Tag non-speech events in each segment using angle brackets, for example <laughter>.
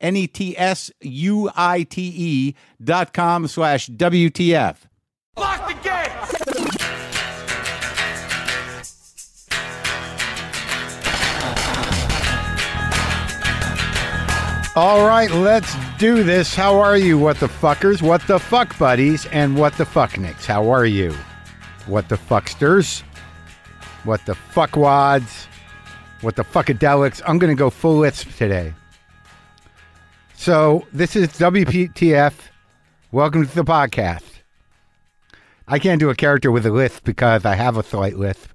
N E T S U I T E dot com slash WTF. Lock the gate! All right, let's do this. How are you, what the fuckers, what the fuck buddies, and what the fucknicks? How are you, what the fucksters, what the fuckwads, what the fuckadelics? I'm going to go full lisp today. So, this is WPTF. Welcome to the podcast. I can't do a character with a lisp because I have a slight lisp.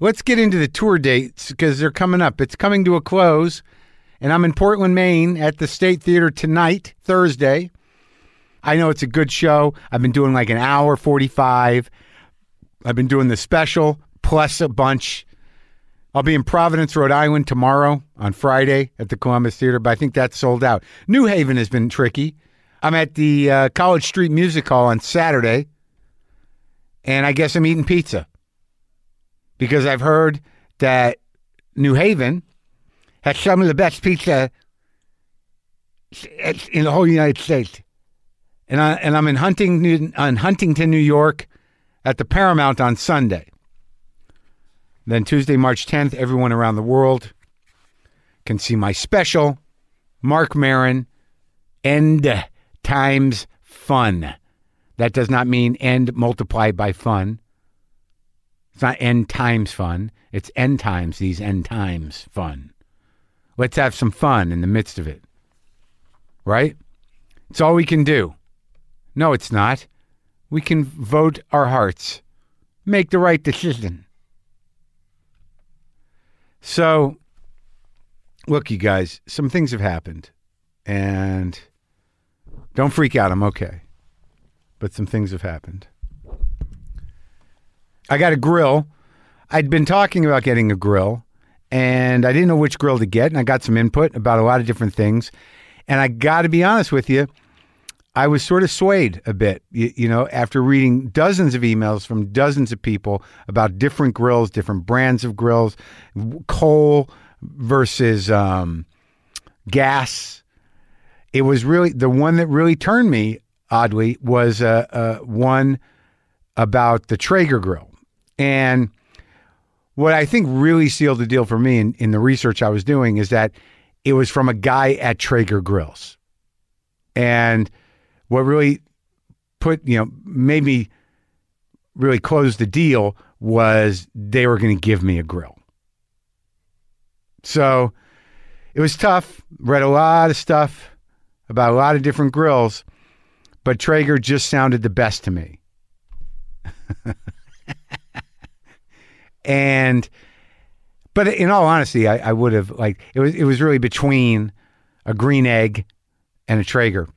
Let's get into the tour dates because they're coming up. It's coming to a close, and I'm in Portland, Maine at the State Theater tonight, Thursday. I know it's a good show. I've been doing like an hour 45. I've been doing the special plus a bunch. I'll be in Providence, Rhode Island tomorrow on Friday at the Columbus Theater, but I think that's sold out. New Haven has been tricky. I'm at the uh, College Street Music Hall on Saturday, and I guess I'm eating pizza because I've heard that New Haven has some of the best pizza s- in the whole United States. And I and I'm in Huntington, on Huntington, New York, at the Paramount on Sunday. Then Tuesday, March 10th, everyone around the world can see my special, Mark Marin, End Times Fun. That does not mean end multiplied by fun. It's not end times fun. It's end times, these end times fun. Let's have some fun in the midst of it. Right? It's all we can do. No, it's not. We can vote our hearts, make the right decision. So, look, you guys, some things have happened. And don't freak out. I'm okay. But some things have happened. I got a grill. I'd been talking about getting a grill, and I didn't know which grill to get, and I got some input about a lot of different things. And I got to be honest with you, I was sort of swayed a bit, you, you know, after reading dozens of emails from dozens of people about different grills, different brands of grills, w- coal versus um, gas. It was really the one that really turned me, oddly, was uh, uh, one about the Traeger grill. And what I think really sealed the deal for me in, in the research I was doing is that it was from a guy at Traeger Grills. And what really put, you know, made me really close the deal was they were going to give me a grill. So it was tough. Read a lot of stuff about a lot of different grills, but Traeger just sounded the best to me. and but in all honesty, I, I would have like it was it was really between a green egg and a Traeger.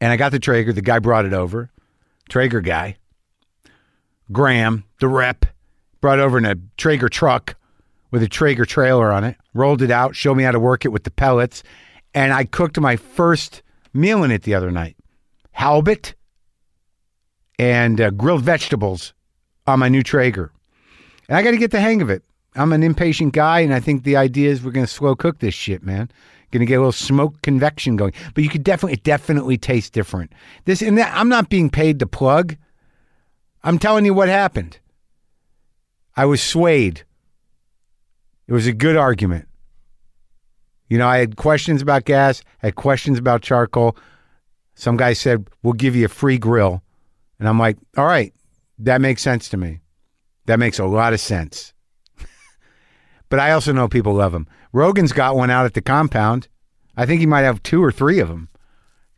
And I got the Traeger, the guy brought it over. Traeger guy. Graham, the rep, brought over in a Traeger truck with a Traeger trailer on it, rolled it out, showed me how to work it with the pellets, and I cooked my first meal in it the other night. Halibut and uh, grilled vegetables on my new Traeger. And I got to get the hang of it. I'm an impatient guy, and I think the idea is we're going to slow cook this shit, man. Going to get a little smoke convection going, but you could definitely, it definitely tastes different. This and that. I'm not being paid to plug. I'm telling you what happened. I was swayed. It was a good argument. You know, I had questions about gas, I had questions about charcoal. Some guy said, "We'll give you a free grill," And I'm like, all right, that makes sense to me. That makes a lot of sense. but I also know people love them. Rogan's got one out at the compound. I think he might have two or three of them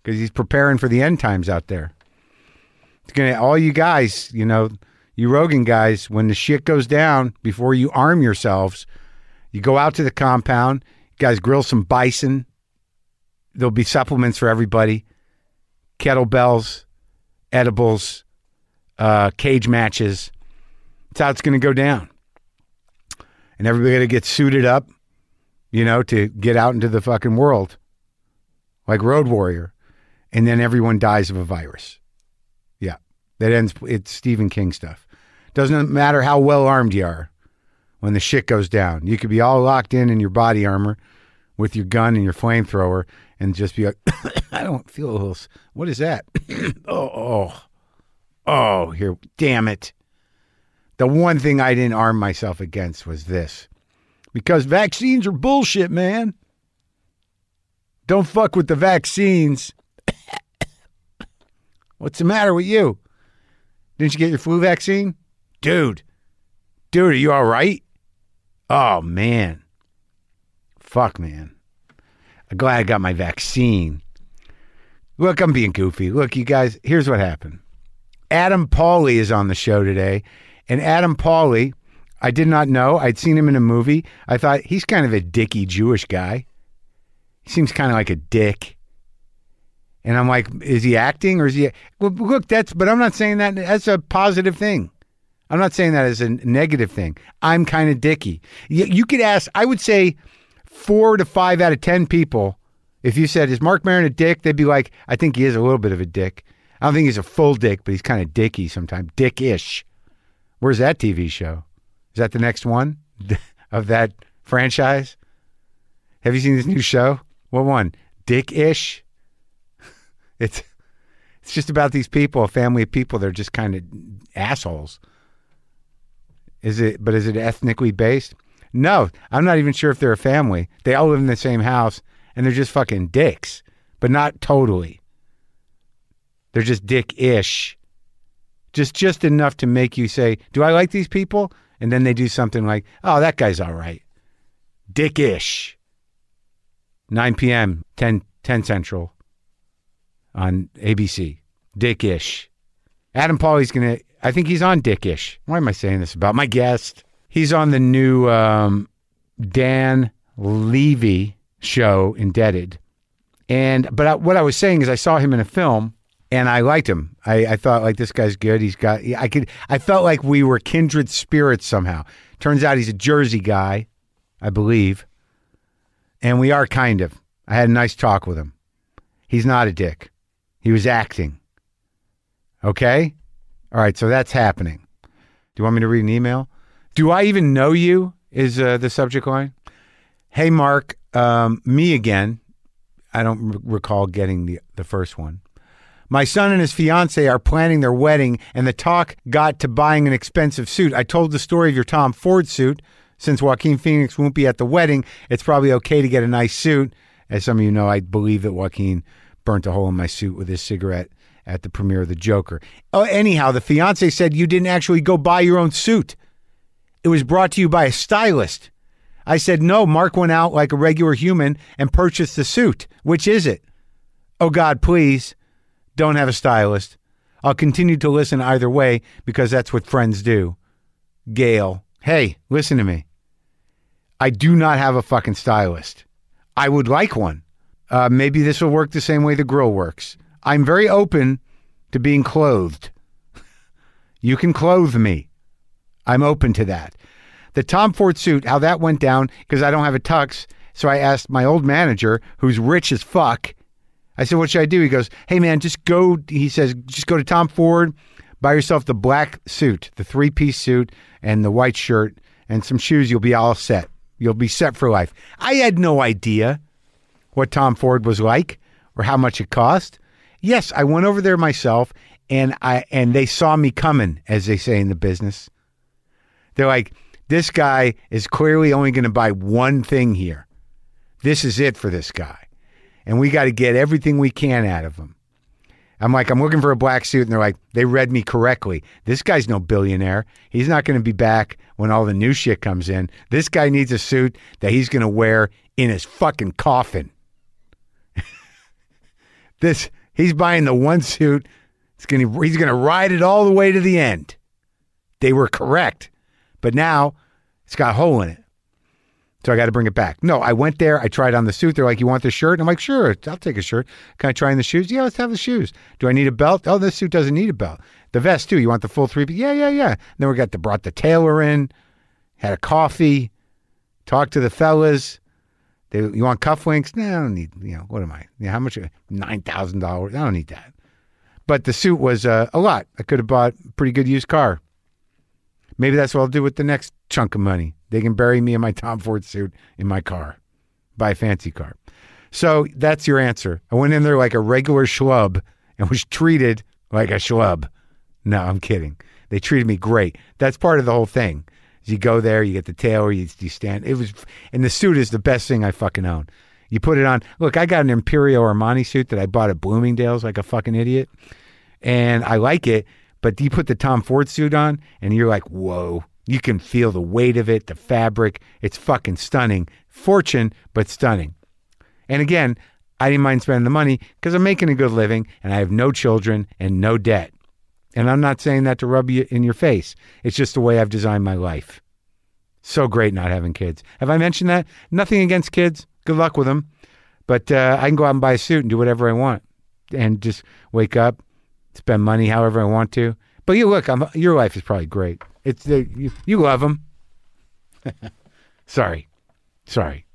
because he's preparing for the end times out there. It's gonna all you guys, you know, you Rogan guys, when the shit goes down, before you arm yourselves, you go out to the compound. You guys grill some bison. There'll be supplements for everybody: kettlebells, edibles, uh, cage matches. That's how it's going to go down. And everybody got to get suited up, you know, to get out into the fucking world, like Road Warrior. And then everyone dies of a virus. Yeah, that ends. It's Stephen King stuff. Doesn't matter how well armed you are when the shit goes down. You could be all locked in in your body armor with your gun and your flamethrower and just be like, <coughs> I don't feel a little. s- What is that? <coughs> oh, oh, oh, here. Damn it. The one thing I didn't arm myself against was this because vaccines are bullshit, man. Don't fuck with the vaccines. <coughs> What's the matter with you? Didn't you get your flu vaccine? Dude, dude, are you all right? Oh, man. Fuck, man. I'm glad I got my vaccine. Look, I'm being goofy. Look, you guys, here's what happened. Adam Pauley is on the show today. And Adam Pauley, I did not know. I'd seen him in a movie. I thought he's kind of a dicky Jewish guy. He seems kind of like a dick. And I'm like, is he acting or is he? Well, look, that's, but I'm not saying that. That's a positive thing. I'm not saying that as a negative thing. I'm kind of dicky. You, you could ask, I would say four to five out of 10 people, if you said, is Mark Maron a dick? They'd be like, I think he is a little bit of a dick. I don't think he's a full dick, but he's kind of dicky sometimes, dickish. Where's that TV show? Is that the next one <laughs> of that franchise? Have you seen this new show? What one? Dickish? <laughs> It's it's just about these people, a family of people. They're just kind of assholes. Is it? But is it ethnically based? No, I'm not even sure if they're a family. They all live in the same house, and they're just fucking dicks, but not totally. They're just dick-ish, just just enough to make you say, "Do I like these people?" And then they do something like, "Oh, that guy's all right." Dick-ish. 9 p.m. 10 10 central on ABC. Dickish. Adam Pauley's gonna. I think he's on Dickish. Why am I saying this about my guest? He's on the new um, Dan Levy show, Indebted. And but I, what I was saying is, I saw him in a film and I liked him. I, I thought like this guy's good. He's got. I could. I felt like we were kindred spirits somehow. Turns out he's a Jersey guy, I believe, and we are kind of. I had a nice talk with him. He's not a dick. He was acting. Okay? All right, so that's happening. Do you want me to read an email? Do I even know you? Is uh, the subject line? Hey, Mark, um, me again. I don't r- recall getting the, the first one. My son and his fiance are planning their wedding, and the talk got to buying an expensive suit. I told the story of your Tom Ford suit. Since Joaquin Phoenix won't be at the wedding, it's probably okay to get a nice suit. As some of you know, I believe that Joaquin burnt a hole in my suit with his cigarette at the premiere of The Joker. Oh, anyhow, the fiance said you didn't actually go buy your own suit. It was brought to you by a stylist. I said, no, Mark went out like a regular human and purchased the suit. Which is it? Oh, God, please don't have a stylist. I'll continue to listen either way because that's what friends do. Gail, hey, listen to me. I do not have a fucking stylist. I would like one. Uh, maybe this will work the same way the grill works. I'm very open to being clothed. <laughs> you can clothe me. I'm open to that. The Tom Ford suit, how that went down, because I don't have a tux. So I asked my old manager, who's rich as fuck, I said, "What should I do?" He goes, "Hey man, just go." He says, "Just go to Tom Ford, buy yourself the black suit, the three-piece suit, and the white shirt, and some shoes. You'll be all set. You'll be set for life." I had no idea what Tom Ford was like or how much it cost. Yes, I went over there myself, and I and they saw me coming, as they say in the business. They're like, "This guy is clearly only going to buy one thing here. This is it for this guy." and we got to get everything we can out of them. I'm like, I'm looking for a black suit. And they're like, they read me correctly. This guy's no billionaire. He's not going to be back when all the new shit comes in. This guy needs a suit that he's going to wear in his fucking coffin. <laughs> this, he's buying the one suit. It's gonna, he's going to ride it all the way to the end. They were correct. But now it's got a hole in it. So I got to bring it back. No, I went there. I tried on the suit. They're like, "You want the shirt?" I'm like, "Sure, I'll take a shirt." Can I try on the shoes? Yeah, let's have the shoes. Do I need a belt? Oh, this suit doesn't need a belt. The vest too. You want the full three? Yeah, yeah, yeah. And then we got the brought the tailor in, had a coffee, talked to the fellas. They, you want cufflinks? No, I don't need. You know, what am I? You know, how much? Nine thousand dollars. I don't need that. But the suit was uh, a lot. I could have bought a pretty good used car. Maybe that's what I'll do with the next chunk of money. They can bury me in my Tom Ford suit in my car, buy a fancy car. So that's your answer. I went in there like a regular schlub and was treated like a schlub. No, I'm kidding. They treated me great. That's part of the whole thing. is You go there, you get the tailor, you, you stand. It was, and the suit is the best thing I fucking own. You put it on. Look, I got an Imperial Armani suit that I bought at Bloomingdale's like a fucking idiot, and I like it. But you put the Tom Ford suit on, and you're like, whoa. You can feel the weight of it, the fabric. It's fucking stunning. Fortune, but stunning. And again, I didn't mind spending the money because I'm making a good living and I have no children and no debt. And I'm not saying that to rub you in your face. It's just the way I've designed my life. So great not having kids. Have I mentioned that? Nothing against kids. Good luck with them. But uh, I can go out and buy a suit and do whatever I want and just wake up, spend money however I want to. But you look, I'm, your life is probably great. It's the, you, you love them. <laughs> Sorry. Sorry.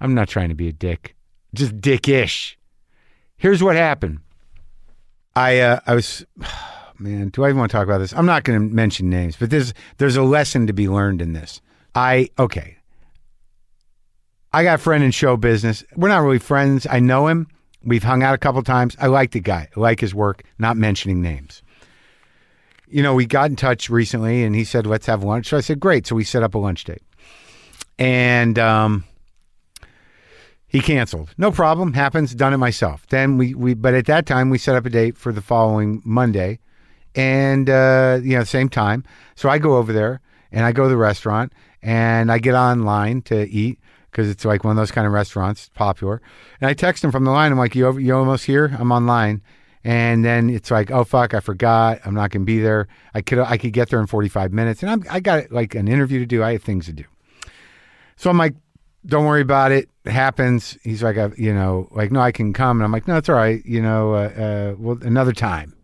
I'm not trying to be a dick. Just dickish. Here's what happened. I uh, I was <sighs> man, do I even want to talk about this? I'm not going to mention names, but there's there's a lesson to be learned in this. I okay. I got a friend in show business. We're not really friends. I know him. We've hung out a couple times. I like the guy. I like his work. Not mentioning names you know, we got in touch recently and he said, let's have lunch. So I said, great. So we set up a lunch date. And um, he canceled. No problem. Happens. Done it myself. Then we, we, but at that time, we set up a date for the following Monday and, uh, you know, same time. So I go over there and I go to the restaurant and I get online to eat because it's like one of those kind of restaurants, popular. And I text him from the line. I'm like, you, over, you almost here? I'm online. And then it's like, oh fuck, I forgot. I'm not gonna be there. I could I could get there in 45 minutes, and I'm I got like an interview to do. I have things to do. So I'm like, don't worry about it. It happens. He's like, I, you know, like no, I can come. And I'm like, no, it's all right. You know, uh, uh, well, another time.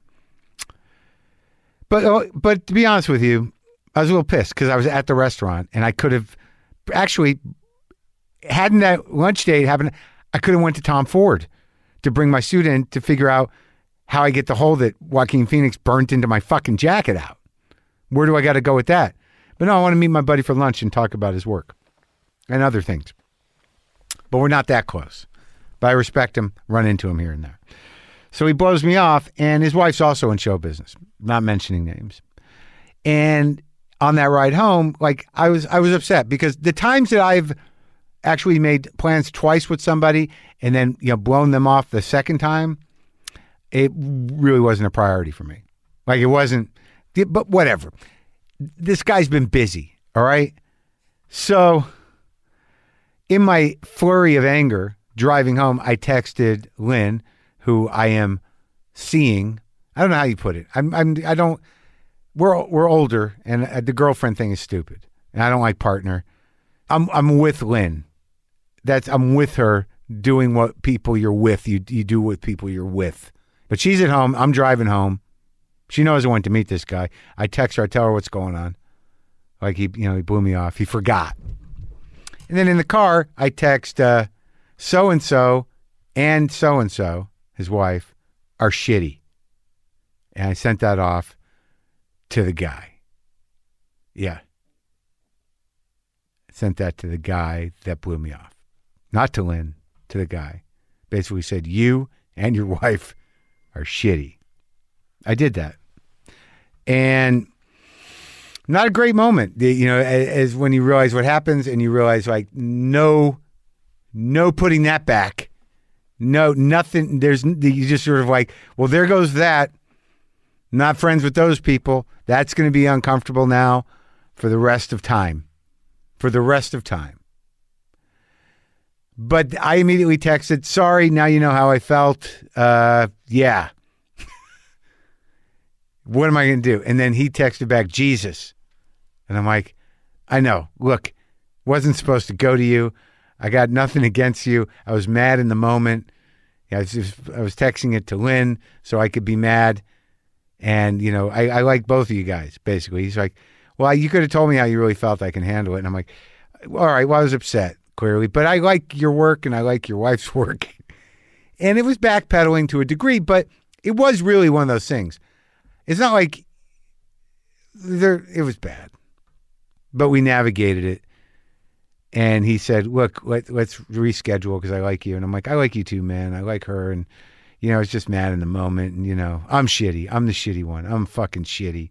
But oh, but to be honest with you, I was a little pissed because I was at the restaurant and I could have actually hadn't that lunch date happened. I could have went to Tom Ford to bring my suit in to figure out how I get the hole that Joaquin Phoenix burnt into my fucking jacket out. Where do I got to go with that? But no, I want to meet my buddy for lunch and talk about his work and other things. But we're not that close. But I respect him, run into him here and there. So he blows me off, and his wife's also in show business, not mentioning names. And on that ride home, like I was I was upset because the times that I've actually made plans twice with somebody and then you know blown them off the second time, it really wasn't a priority for me. Like it wasn't, but whatever. This guy's been busy, all right? So, in my flurry of anger, driving home, I texted Lynn, who I am seeing. I don't know how you put it. I'm, I'm, I don't, we're, we're older and uh, the girlfriend thing is stupid. And I don't like partner. I'm, I'm with Lynn. That's, I'm with her doing what people you're with, you, you do with people you're with. But she's at home. I'm driving home. She knows I went to meet this guy. I text her. I tell her what's going on. Like he, you know, he blew me off. He forgot. And then in the car, I text so and so and so and so, his wife, are shitty. And I sent that off to the guy. Yeah. Sent that to the guy that blew me off. Not to Lynn, to the guy. Basically said, You and your <laughs> wife are shitty. I did that. And not a great moment, the- you know, a- as when you realize what happens and you realize like no, no putting that back No, nothing. There's you just sort of like, well, there goes that. Not friends with those people. That's going to be uncomfortable now for the rest of time. For the rest of time. But I immediately texted, sorry, now you know how I felt. Uh, yeah. <laughs> what am I going to do? And then he texted back, Jesus. And I'm like, I know. Look, wasn't supposed to go to you. I got nothing against you. I was mad in the moment. I was, just, I was texting it to Lynn so I could be mad. And, you know, I, I like both of you guys, basically. He's like, well, you could have told me how you really felt. I can handle it. And I'm like, all right, well, I was upset, clearly. But I like your work and I like your wife's <laughs> work. And it was backpedaling to a degree, but it was really one of those things. It's not like there, it was bad, but we navigated it and he said, "Look, let, let's reschedule because I like you." And I'm like, "I like you too, man. I like her." And you know, I was just mad in the moment, and you know, I'm shitty. I'm the shitty one. I'm fucking shitty.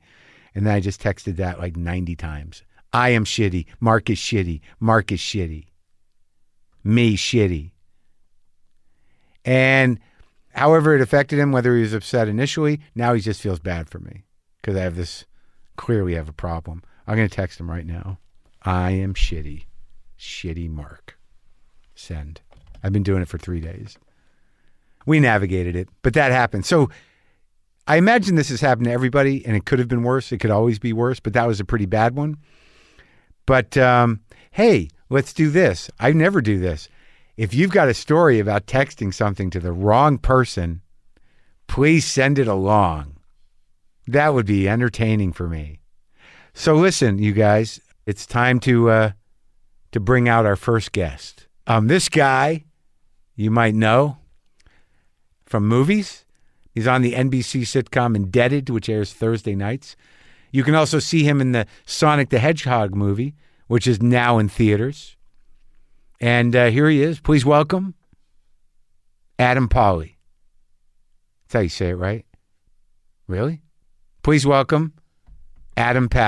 And then I just texted that like 90 times. I am shitty. Mark is shitty. Mark is shitty. Me shitty. And however it affected him, whether he was upset initially, now he just feels bad for me because I have this. Clearly, have a problem. I'm going to text him right now. I am shitty shitty mark. Send. I've been doing it for three days. We navigated it, but that happened. So I imagine this has happened to everybody, and it could have been worse. It could always be worse, but that was a pretty bad one. But um, hey, let's do this. I never do this. If you've got a story about texting something to the wrong person, please send it along. That would be entertaining for me. So listen, you guys, it's time to uh, to bring out our first guest. Um, this guy, you might know from movies. He's on the NBC sitcom Indebted, which airs Thursday nights. You can also see him in the Sonic the Hedgehog movie, which is now in theaters. And uh, here he is. Please welcome Adam Pauly. That's how you say it, right? Really? Please welcome Adam Powell.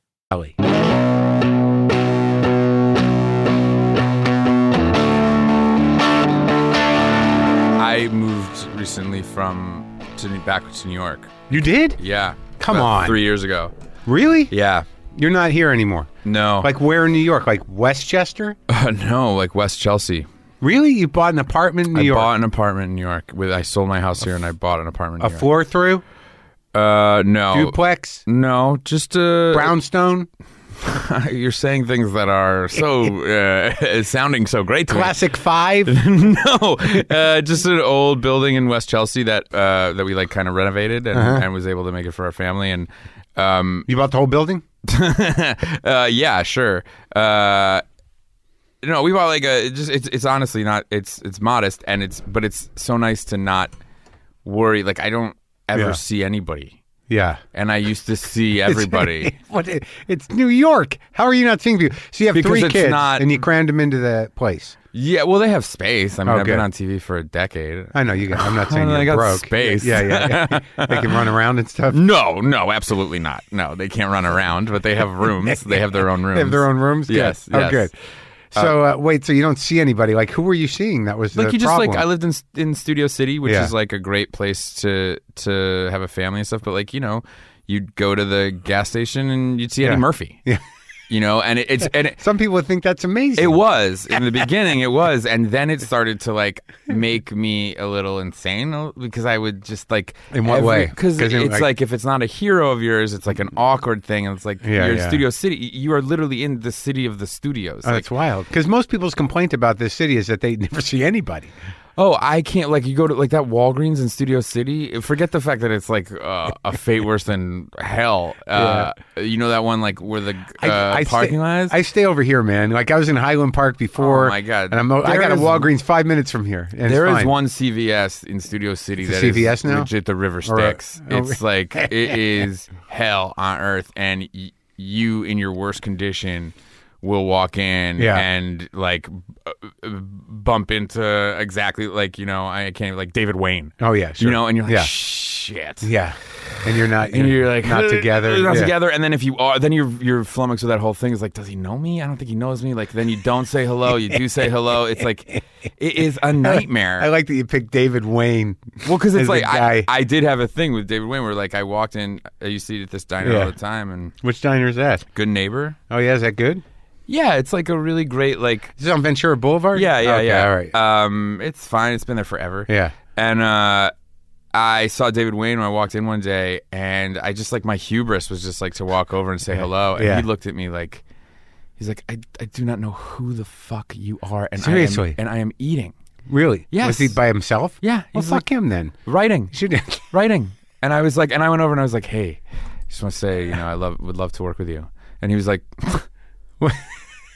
Ollie. I moved recently from to back to New York. You did? Yeah. Come about on. Three years ago. Really? Yeah. You're not here anymore. No. Like where in New York? Like Westchester? <laughs> no, like West Chelsea. Really? You bought an apartment in New I York? bought an apartment in New York. With I sold my house here and I bought an apartment. a In New York. floor through? Uh, no. <laughs> Duplex? No, just uh, Brownstone? <laughs> You're saying things that <laughs> are so uh, <laughs> sounding so great to me. Classic five? <laughs> no, uh, just an old building in West Chelsea that uh, that we like kind of renovated and, Uh-huh. and was able to make it for our family. And um, you bought the whole building? <laughs> uh, yeah, sure. Uh, no, we bought like a it just it's it's honestly not it's it's modest and it's but it's so nice to not worry. Like I don't ever Yeah. see anybody, Yeah. and I used <laughs> to see everybody. what? it- it's New York. How are you not seeing people? So you have Because three it's kids not- and you crammed them into the place. yeah, well, they have space. I mean, Oh, I've been good. on TV for a decade. I know you got. <laughs> I'm not saying They you're got broke. space. Yeah, yeah. <laughs> yeah. they can run around and stuff. No, no, absolutely not. No, they can't run around, but they <laughs> have rooms. They have their own rooms. They have their own rooms. Good. Yes, Oh, yes. good. So uh, wait, so you don't see anybody? Like, who were you seeing? That was like the you just problem. like I lived in in Studio City, which Yeah. is like a great place to to have a family and stuff. But like you know, you'd go to the gas station and you'd see Eddie Yeah. Murphy. Yeah. you know, and it, it's and <laughs> it, Some people think that's amazing. it was in the beginning. It was, and then it started to like make me a little insane uh, because I would just like In what way? Because it's 'Cause you- like- like, if it's not a hero of yours, it's like an awkward thing, and it's like Yeah, your yeah. Studio City. You are literally in the city of the studios. Oh, like, that's wild. Because most people's complaint about this city is that they <laughs> never see anybody. Oh, I can't like you go to like that Walgreens in Studio City. Forget the fact that it's like uh, a <laughs> fate worse than hell. Uh, You know that one like where the uh, parking stay, lot is. I stay over here, man. Like I was in Highland Park before. Oh, my God. And I'm, I There got a is- Walgreens five minutes from here. And it's There is fine. one CVS in Studio City It's that a is CVS now? legit the River Or a- Styx. it's <laughs> like it is hell on earth, and y- you in your worst condition will walk in Yeah. and like b- uh, bump into exactly like you know I can't even like David Wayne. Oh yeah, sure. you know, and you're like yeah, shit. yeah. And you're not. and you're like <laughs> not together. not Yeah. together. And then if you are, then you're you're flummoxed with that whole thing. Is like, does he know me? I don't think he knows me. Like then you don't say hello. You do say hello. It's like it is a nightmare. I like that you picked David Wayne. well, because as it's the like guy. I, I did have a thing with David Wayne where like I walked in. I used to eat at this diner Yeah. all the time and Which diner is that? good neighbor. Oh yeah, is that good? Yeah, it's like a really great like. Is it on Ventura Boulevard? Yeah, yeah, Okay, yeah. All right. Um, it's fine. It's been there forever. yeah. And uh, I saw David Wayne when I walked in one day, and I just like my hubris was just like to walk over and say hello, and he Yeah. looked at me like he's like I, I do not know who the fuck you are, and I Seriously. am, and I am eating, Really? Yes. Was he by himself? Yeah, Well, he's fuck him then. <laughs> writing, Should writing, and I was like, and I went over and I was like, hey, just want to say you know I love would love to work with you, and he was like, <laughs> <laughs>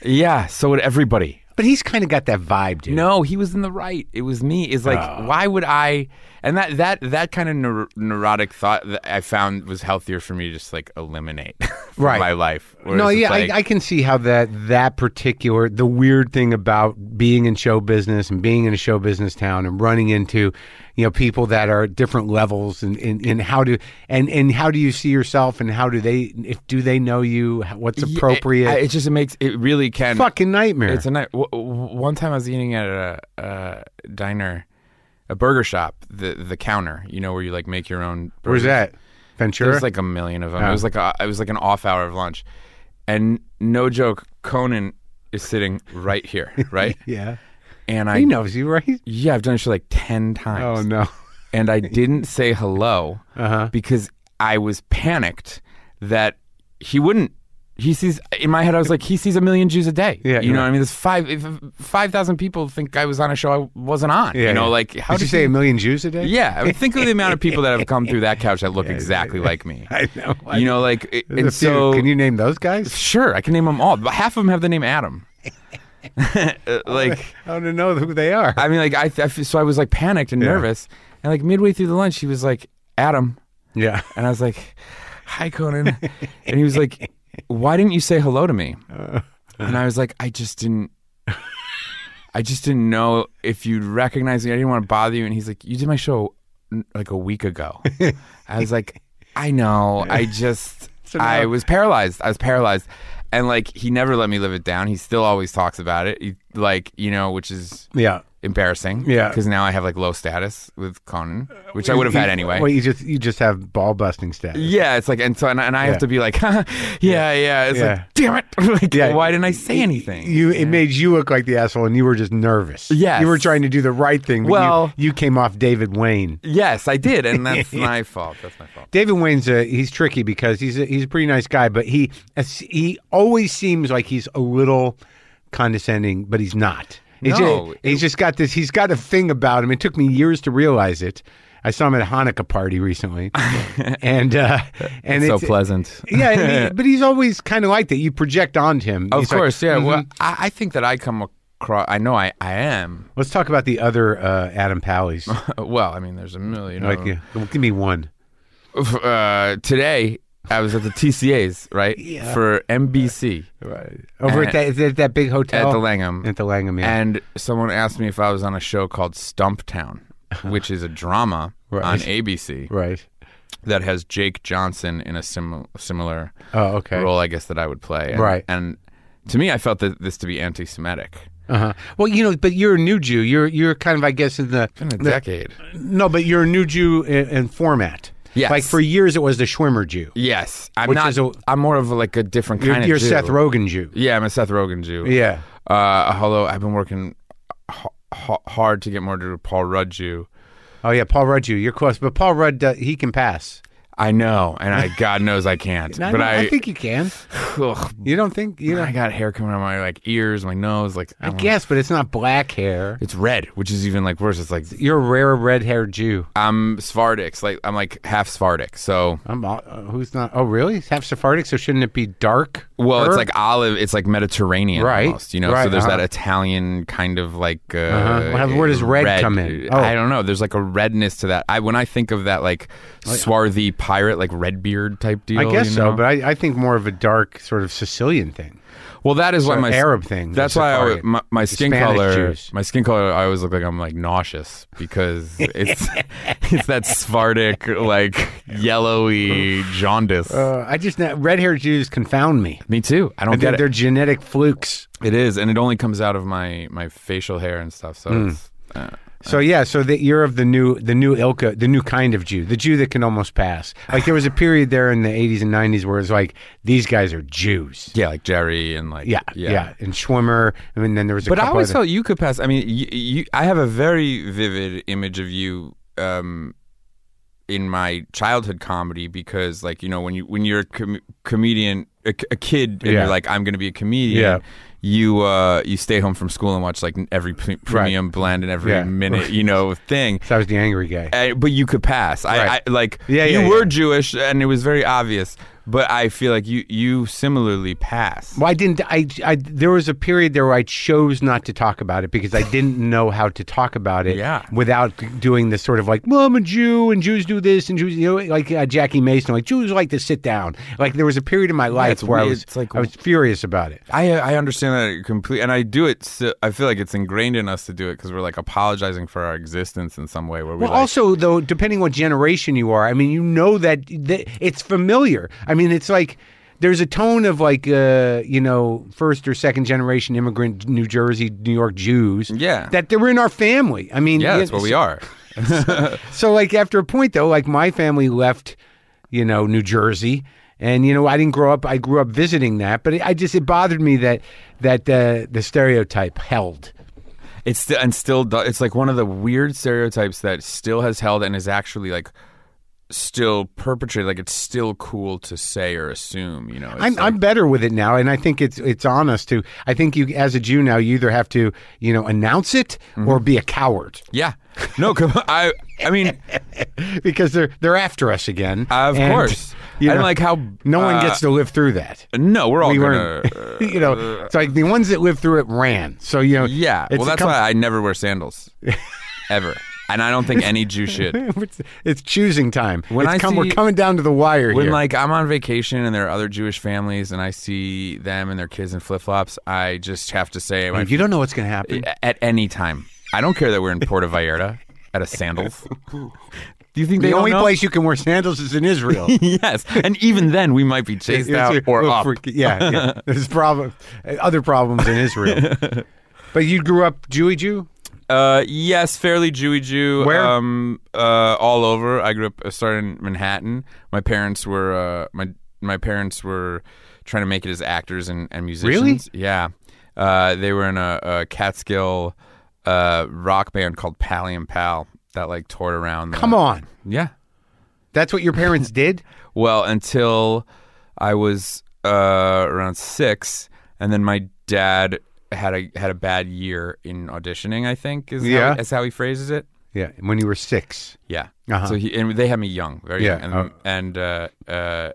yeah, so would everybody. But he's kind of got that vibe, dude. No, he was in the right. It was me. It's like, Oh. why would I? And that that that kind of neur- neurotic thought that I found was healthier for me to just like eliminate <laughs> from Right. my life. Where No, it's just yeah, like- I, I can see how that that particular the weird thing about being in show business and being in a show business town and running into, you know, people that are at different levels and, and, and how do and and how do you see yourself and how do they if do they know you How- what's Yeah, appropriate? I- It, just it makes it really can. Fucking nightmare. It's a night. W- w- one time I was eating at a, a diner, a burger shop, the the counter. You know where you like make your own. Burgers. Where's that? Ventura. There's like a million of them. Oh. It was like a, it was like an off hour of lunch, and no joke, Conan is sitting right here, <laughs> right? yeah, And I he knows you, right? Yeah, I've done this shit like ten times. Oh no. And I didn't say hello Uh-huh. because I was panicked that he wouldn't. He sees in my head. I was like, he sees a million Jews a day. Yeah, you know yeah. what I mean. There's five if five thousand people think I was on a show I wasn't on. Yeah, you know, yeah. like how Did you say a million Jews a day? <laughs> Yeah, I mean, think of the amount of people that have come through that couch that look exactly like me. <laughs> <laughs> I know. You know, like it- There's a and few. so can you name those guys? <laughs> sure I can name them all. But half of them have the name Adam. <laughs> Uh, like. I don't know who they are. I mean, like I, I feel- so I was like panicked and Yeah. nervous, and like midway through the lunch, he was like, "Adam," yeah. and I was like, "Hi, Conan," and he was like, "Why didn't you say hello to me?" And I was like, "I just didn't." I just didn't know if you'd recognize me. I didn't want to bother you. And he's like, "You did my show n- like a week ago." I was like, "I know. I just I was paralyzed. I was paralyzed." And like he never let me live it down. He still always talks about it. He, like, you know, which is Yeah. embarrassing. Yeah. Because now I have like low status with Conan, which I would have had You- anyway. Well, you just you just have ball busting status. yeah, it's like and so and, and I Yeah. have to be like, <laughs> yeah, yeah. It's Yeah. like, damn it! <laughs> like, Yeah. why didn't I say anything? You it made you look like the asshole, and you were just nervous. Yes. you were trying to do the right thing. but you- Well- you, came off David Wayne. yes, I did, and <laughs> that's my fault. That's my fault. David Wayne's a, he's tricky because he's a, he's a pretty nice guy, but he he always seems like he's a little condescending, but he's not. He's No, just, he's just got this. He's got a thing about him. It took me years to realize it. I saw him at a Hanukkah party <laughs> recently, and uh, and so it's, pleasant. Yeah, <laughs> and he- but he's always kind of like that. You project onto him. Of He's like, course, yeah. Well, "Mhm." I, I think that I come across. I know I, I am. <laughs> Let's talk about the other uh, Adam Pally's. Well, I mean, there's a million. of like, them. yeah, well, give me one. Uh, today, I was at the TCA's right Yeah. for NBC Right. Over at that, at that big hotel at the Langham. Oh. At the Langham, yeah. And someone asked me if I was on a show called Stumptown, <laughs> which is a drama Right. on ABC right. that has Jake Johnson in a sim- similar Oh, okay. role, I guess, that I would play. And, Right. And to me, I felt that this to be anti Semitic. Uh-huh. Well, you know, but you're a new Jew. You're you're kind of, I guess, in the Been a decade. no, but you're a new Jew in, in format. Yes. Like for years, it was the Schwimmer Jew. Yes, I'm Which not. is a- I'm more of like a different You're, kind you're of Jew. Seth Rogen Jew. Yeah, I'm a Seth Rogen Jew. Yeah. Uh, although I've been working h- h- hard to get more to a Paul Rudd Jew. Oh yeah, Paul Rudd Jew. You're close, but Paul Rudd uh, he can pass. I know, and <laughs> I God knows I can't. No, but no, I, think you can. ugh, You don't <laughs> think you? I Know, got hair coming out of my like ears, my nose, like I don't- guess, but it's not black hair. it's red, which is even like worse. It's like You're a rare red-haired Jew. I'm Sephardic, like I'm like half Sephardic. So I'm all, uh, who's not? Oh really? Half Sephardic, so shouldn't it be dark? Er, well, it's like olive, it's like Mediterranean, Right, Almost, you know, right, so there's that uh-huh. Italian kind of like. Uh, Well, where does red come in? Oh. I don't know. There's like a redness to that. I when I think of that like swarthy pirate, like red beard type deal. Oh, I guess you so, know? but I, I think more of a dark sort of Sicilian thing. Well, that is why Sort of my Arab thing, That's the why I, Sephardic. would- my, my skin Spanish color, Jews. my skin color, I always look like I'm like nauseous because <laughs> it's it's that Sephardic like yellowy jaundice. Uh, I just red-haired Jews confound me. Me too. I don't They're, get they're it. genetic flukes. It is, and it only comes out of my my facial hair and stuff. So Hmm. it's, uh, So yeah, so that you're of the new the new Ilka, the new kind of Jew, the Jew that can almost <sighs> pass. Like there was a period there in the 80s and 90s where it's like these guys are Jews. yeah, like Jerry and like Yeah, yeah, and Schwimmer, I mean, then there was a But I couple always other- thought you could pass. I mean, you, you, I have a very vivid image of you um, in my childhood comedy because, like, you know, when you when you're a com- comedian, a, k- a kid, and Yeah. you're like, I'm going to be a comedian. Yeah. You uh, you stay home from school and watch like every pre- premium blend and every Yeah. minute, you know, thing. So I was the angry guy. I, but you could pass. I, Right. I like Yeah, you yeah, were yeah. Jewish, and it was very obvious. But I feel like you you similarly pass. Well, I didn't. I, I there was a period there where I chose not to talk about it because I didn't know how to talk about it. Yeah. Without doing this sort of like, well, I'm a Jew and Jews do this and Jews, you know, like uh, Jackie Mason, like Jews like to sit down. Like there was a period in my life it's where I weird. was It's like- I was furious about it. I I understand that completely, and I do it. So, I feel like it's ingrained in us to do it because we're like apologizing for our existence in some way. Where we Well, like, also though, depending what generation you are, I mean, you know that, that it's familiar. I mean, it's like there's a tone of like uh, you know first or second generation immigrant New Jersey, New York Jews. Yeah. that they're in our family. I mean, yeah, you- that's what we are. So like after a point though, like my family left, you know, New Jersey. And you know, I didn't grow up. I grew up visiting that, but it, I just it bothered me that that uh, the stereotype held. It's still and still do- it's like one of the weird stereotypes that still has held and is actually like still perpetrated. Like it's still cool to say or assume. You know, It's I'm like- I'm better with it now, and I think it's it's on us to. I think you, as a Jew now, you either have to you know announce it Mm-hmm. or be a coward <laughs> yeah. No, come on. I I mean, because they're they're after us again. of And, course. you and know, like how no one uh, gets to live <laughs> through that. No, we're all We gonna. weren't, <laughs> you <laughs> know. It's like the ones that lived through it ran. So you know, Yeah. it's well, a that's com- why I never wear <laughs> sandals, ever. And I don't think any Jew should. it's, it's choosing time. When It's I come, we're see- coming down to the wire When here. like I'm on vacation and there are other Jewish families and I see them and their kids in flip flops, I just have to say my, if you don't know what's going to happen, <laughs> at any time. I don't care that we're in Puerto Vallarta at a sandals. <laughs> Do you think they the don't only know? place you can wear sandals is in <laughs> Israel. <laughs> yes, <laughs> and even then we might be chased It's- out it's- or well, up. for- yeah, yeah. <laughs> there's problem, other problems in <laughs> Israel. but you grew up Jewy Jew. Uh, yes, fairly Jewy Jew. Where? Um, uh, all over. I grew up. I started in Manhattan. My parents were uh, my my parents were trying to make it as actors and, and musicians. Really? Yeah. Uh, they were in a, a Catskill uh, rock band called Pally and Pal that like toured around. The, Come on, Yeah. that's what your parents did. Well, until I was uh, around six, and then my dad had a had a bad year in auditioning. I think is Yeah. how, is how he phrases it. Yeah, when you were six. Yeah. Uh-huh. So he and they had me young, very Yeah, young, uh, and, and uh, uh,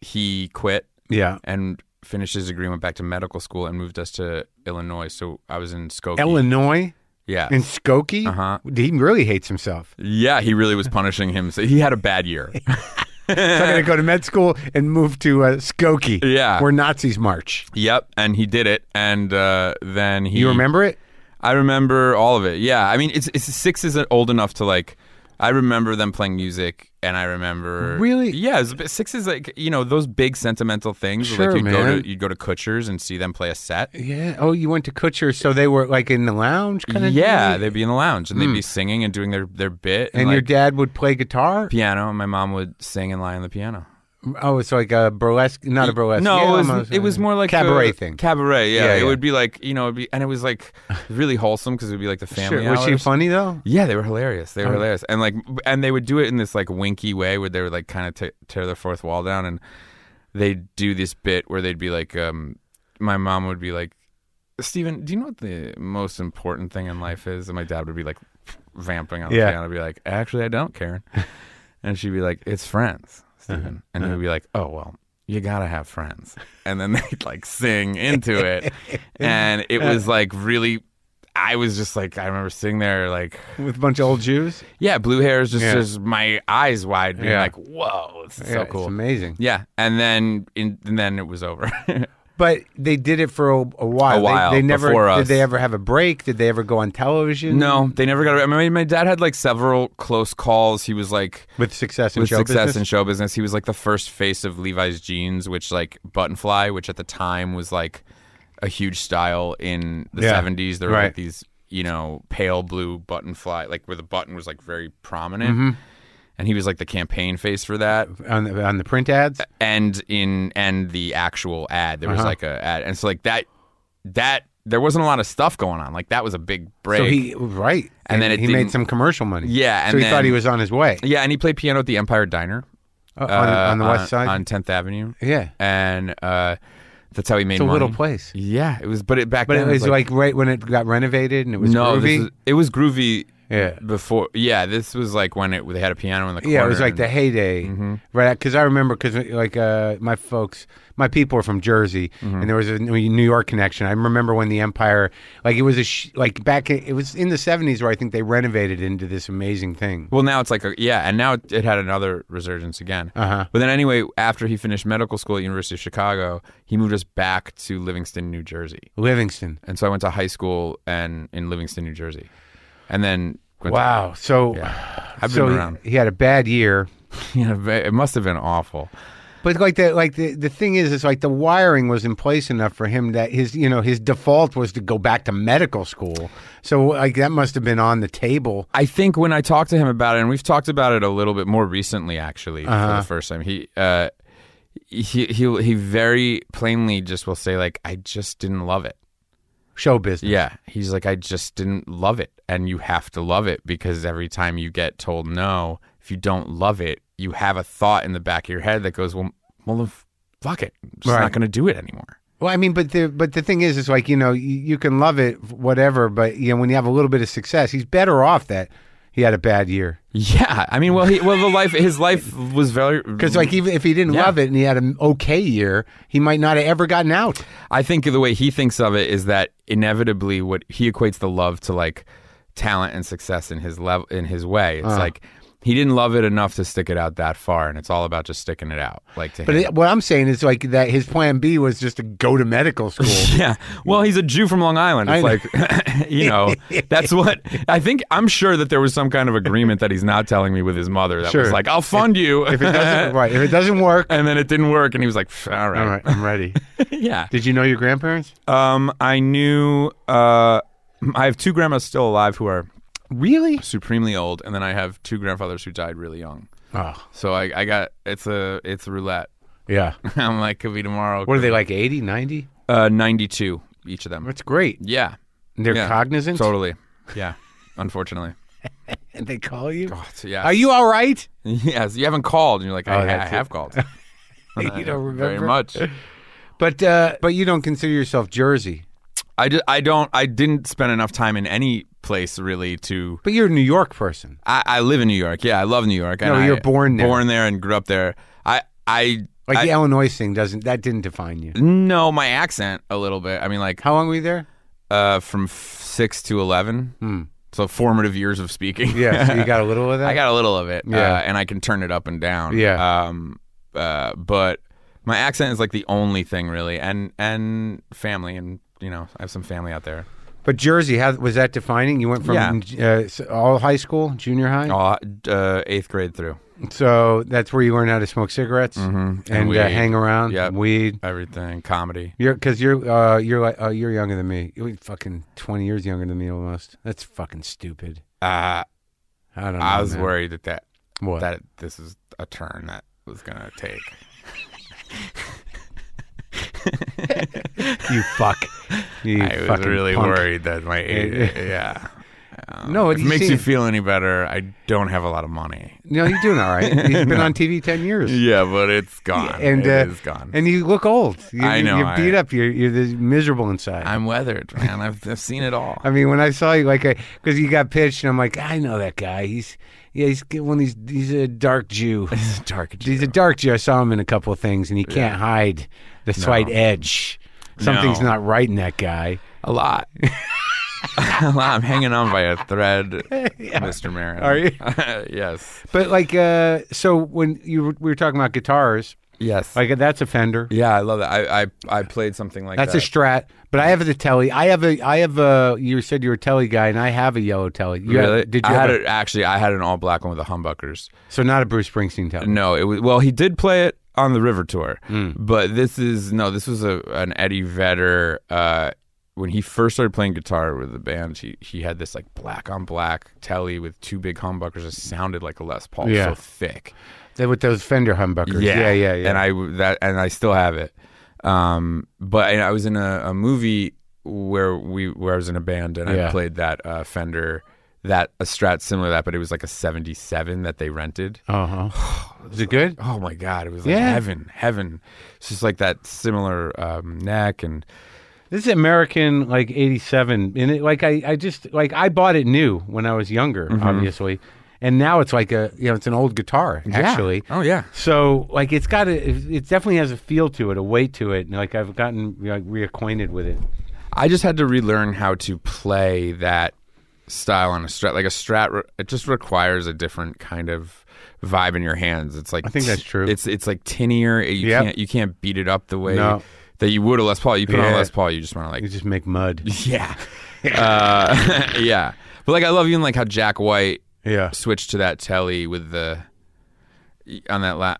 he quit Yeah, and finished his degree, went back to medical school, and moved us to Illinois. So I was in Skokie. Illinois yeah. in Skokie. Uh-huh. He really hates himself. yeah, he really was punishing him. So he had a bad <laughs> year. So I'm going to go to med school and move to uh, <laughs> Skokie. Yeah. where Nazis march. yep, and he did it, and uh, then he. You remember it? I remember all of it. Yeah, I mean, it's, it's six is old enough to like I remember them playing music, and I remember Really? yeah. It was a bit- six is like you know those big sentimental things. Sure, like you'd go man. to you'd go to Kutcher's and see them play a set. Yeah. Oh, you went to Kutcher, so they were like in the lounge kind of. Yeah, they'd be in the lounge and they'd be singing and doing their their bit and, Hmm. And your like, dad would play guitar. piano. And my mom would sing and lie on the piano. Oh, it's like a burlesque, not a burlesque. No, Yeah, it, was, almost, uh, it was more like cabaret a- thing. Cabaret, yeah. Yeah, it yeah. would be like you know, it'd be, and it was like really wholesome because it would be like the Sure. family. Was she hours. funny though? Yeah, they were hilarious. They were hilarious, and like, and they would do it in this like winky way where they would like kind of t- tear the fourth wall down, and they'd do this bit where they'd be like, um, my mom would be like, Steven, do you know what the most important thing in life is? And my dad would be like, vamping on the Yeah. piano, be like, actually, I don't, Karen, and she'd be like, it's friends, Steven, and he'd be like, oh well. You gotta have friends, and then <laughs> they'd like sing into it, and it was like really. I was just like, I remember sitting there like, With a bunch of old Jews. yeah, blue hairs just, Yeah. just my eyes wide, being Yeah. like, "Whoa, this is Yeah, so It's cool." amazing. yeah, and then in, and then it was over. <laughs> But they did it for a, a while. A while, They, they never before us. did. They ever have a break? Did they ever go on television? no, they never got. I mean, my dad had like several close calls. He was like With success in with show success business. in show business. He was like the first face of Levi's jeans, which like Buttonfly, which at the time was like a huge style in the Yeah. seventies. There were Right. like these, you know, pale blue buttonfly, like where the button was like very prominent. And he was like the campaign face for that. on the, on the print ads. and in and the actual ad there was Uh-huh. like a ad and so like that that there wasn't a lot of stuff going on like that was a big break So he right, And then it he made didn't- some commercial money. Yeah, so and he thought then- he was on his way yeah and he played piano at the empire diner uh, on, uh, on the west side. on 10th avenue yeah, and uh that's how he made it's a money. little place, yeah it was but it back but then it was like, right when it got renovated and it was no this groovy. is- it was groovy yeah, before yeah this was like when it they had a piano in the corner Mm-hmm. Yeah, it was like the and- heyday, right? Because I remember, because like uh, my folks, my people are from Jersey, Mm-hmm. and there was a New New York connection. I remember when the Empire, like it was a sh- like back, in, it was in the seventies where I think they renovated into this amazing thing. Well, now it's like a, yeah, and now it, it had another resurgence again. Uh-huh. But then anyway, after he finished medical school at University of Chicago, he moved us back to Livingston, New Jersey, Livingston, and so I went to high school and in Livingston, New Jersey, and then went wow. So, Yeah. I've so been he- around. <laughs> He, had a bad year, To, you know, ve- it must have been awful. but like the like the, the thing is, is like the wiring was in place enough for him that his you know his default was to go back to medical school. So like that must have been on the table. I think when I talked to him about it, and we've talked about it a little bit more recently, actually, Uh-huh. for the first time, he. Uh, he he he very plainly just will say like I just didn't love it. Show business. Yeah. He's like, I just didn't love it. And you have to love it because every time you get told no, if you don't love it, you have a thought in the back of your head that goes, well, well then fuck it. I'm just Right. not going to do it anymore. Well, I mean, but the but the thing is, it's like you know, you, you can love it, whatever. But you know, when you have a little bit of success, he's better off that he had a bad year Mm-hmm. Yeah. I mean, well, he, well, the life, his life was very, because like even if he didn't Yeah. love it and he had an okay year, he might not have ever gotten out. I think the way he thinks of it is that inevitably what he equates the love to like talent and success in his level in his way. It's like he didn't love it enough to stick it out that far, and it's all about just sticking it out. Like to But him. it, what I'm saying is like that his plan B was just to go to medical school. <laughs> Yeah. Well, he's a Jew from Long Island. I It's know. like, <laughs> you know, <laughs> that's what I think. I'm sure that there was some kind of agreement that he's not telling me with his mother. That Sure. was like, I'll fund you. if it doesn't, right? If it doesn't work, <laughs> and then it didn't work. And he was like, "Pff, all right. all right, I'm ready. <laughs> yeah. Did you know your grandparents? Um, I knew, uh, I have two grandmas still alive who are Really? supremely old. And then I have two grandfathers who died really young. Oh, So I, I got, it's a, it's roulette. <laughs> yeah. I'm like, could be tomorrow. What are they like? 80, 90? Uh, 92, each of them. That's great. Yeah. They're Yeah. cognizant. Totally. Yeah. Unfortunately. and they call you. Yeah. Are you all right? <laughs> Yes, you haven't called, and you're like, Oh, I, I that's it. have called. you don't <laughs> remember Very much. But uh, but you don't consider yourself Jersey. I, ju- I don't. I didn't spend enough time in any place really to. But you're a New York person. I, I live in New York. Yeah, I love New York. No, and you're I- born there. Born there and grew up there. I I Like I- the Illinois thing doesn't that didn't define you. know my accent a little bit. I mean, like How long were you there? uh, from f- six to eleven. So formative years of speaking. Hmm. <laughs> Yeah, so you got a little <laughs> of that. I got a little of it. Yeah. Uh, and I can turn it up and down. Yeah. Um, uh, but my accent is like the only thing really, and and family, and you know, I have some family out there. But Jersey, how was that defining? You went from uh, s- all high school, junior high, All, uh, eighth grade through. so that's where you learned how to smoke cigarettes and, weed. uh, hang around, Yep. weed. Everything. Comedy. You're because you're uh, you're like uh, you're younger than me. You're fucking twenty years younger than me almost. That's fucking stupid. Uh, I don't know. I was man. worried that that, What? that this is a turn that was going to take. You <laughs> fuck. You I was fucking really punk. worried that my <laughs> yeah. No, If it it makes you feel any better, I don't have a lot of money. No, you're doing all right. <laughs> You've been on TV ten years. Yeah, but it's gone. And it uh, is gone. and you look old. You, I know, You're I- beat up. You're you're this miserable inside. I'm weathered, man. I've, I've seen it all. <laughs> I mean, when I saw you, like, because you got pitched, and I'm like, I know that guy. He's yeah, he's get one. of these he's a <laughs> dark Jew. He's a dark. Jew. He's a dark Jew. I saw him in a couple of things, and he can't hide the slight edge. Something's No. not right in that guy. A lot. <laughs> a lot. I'm hanging on by a thread, <laughs> Mr. Marin. Are you? <laughs> yes. But like, uh, so when you were, we were talking about guitars, Yes. like that's a Fender. yeah, I love that. I, I, I played something like That's that. a Strat, but I have the Telly. I have a, I have a. You said you were a Telly guy, and I have a yellow Telly. You have- really? did you I had have a- it actually. I had an all black one with the humbuckers. So not a Bruce Springsteen Telly. No, it was well. He did play it on the River Tour, Hmm. but this is no. This was a an Eddie Vedder. Uh, when he first started playing guitar with the band, he he had this like black on black telly with two big humbuckers that sounded like a Les Paul, Yeah. so thick. They- With those Fender humbuckers. Yeah, yeah, yeah. And I w- that and I still have it. Um, but and I was in a, a movie where we where I was in a band and Yeah. I played that uh, Fender that a Strat similar to that, but it was like a '77 that they rented. <sighs> Uh huh. Is it good? Oh my god, it was like Yeah. heaven, heaven. It's just like that similar um, neck and This is American like '87, and it, like I, I just like I bought it new when I was younger, Mm-hmm. obviously, and now it's like a you know it's an old guitar actually. Oh yeah. So like it's got a it it definitely has a feel to it, a weight to it, and like I've gotten you know, like reacquainted with it. I just had to relearn how to play that style on a strat. Like a strat, re- it just requires a different kind of vibe in your hands. It's like I think that's true. It's it's like tinier. You Yep. can't you can't beat it up the way No. that you would a Les Paul. You put on a Yeah. Les Paul, you just want to like You just make mud. <laughs> <laughs> yeah, uh, <laughs> yeah. But like I love even like how Jack White Yeah. switched to that telly with the on that la-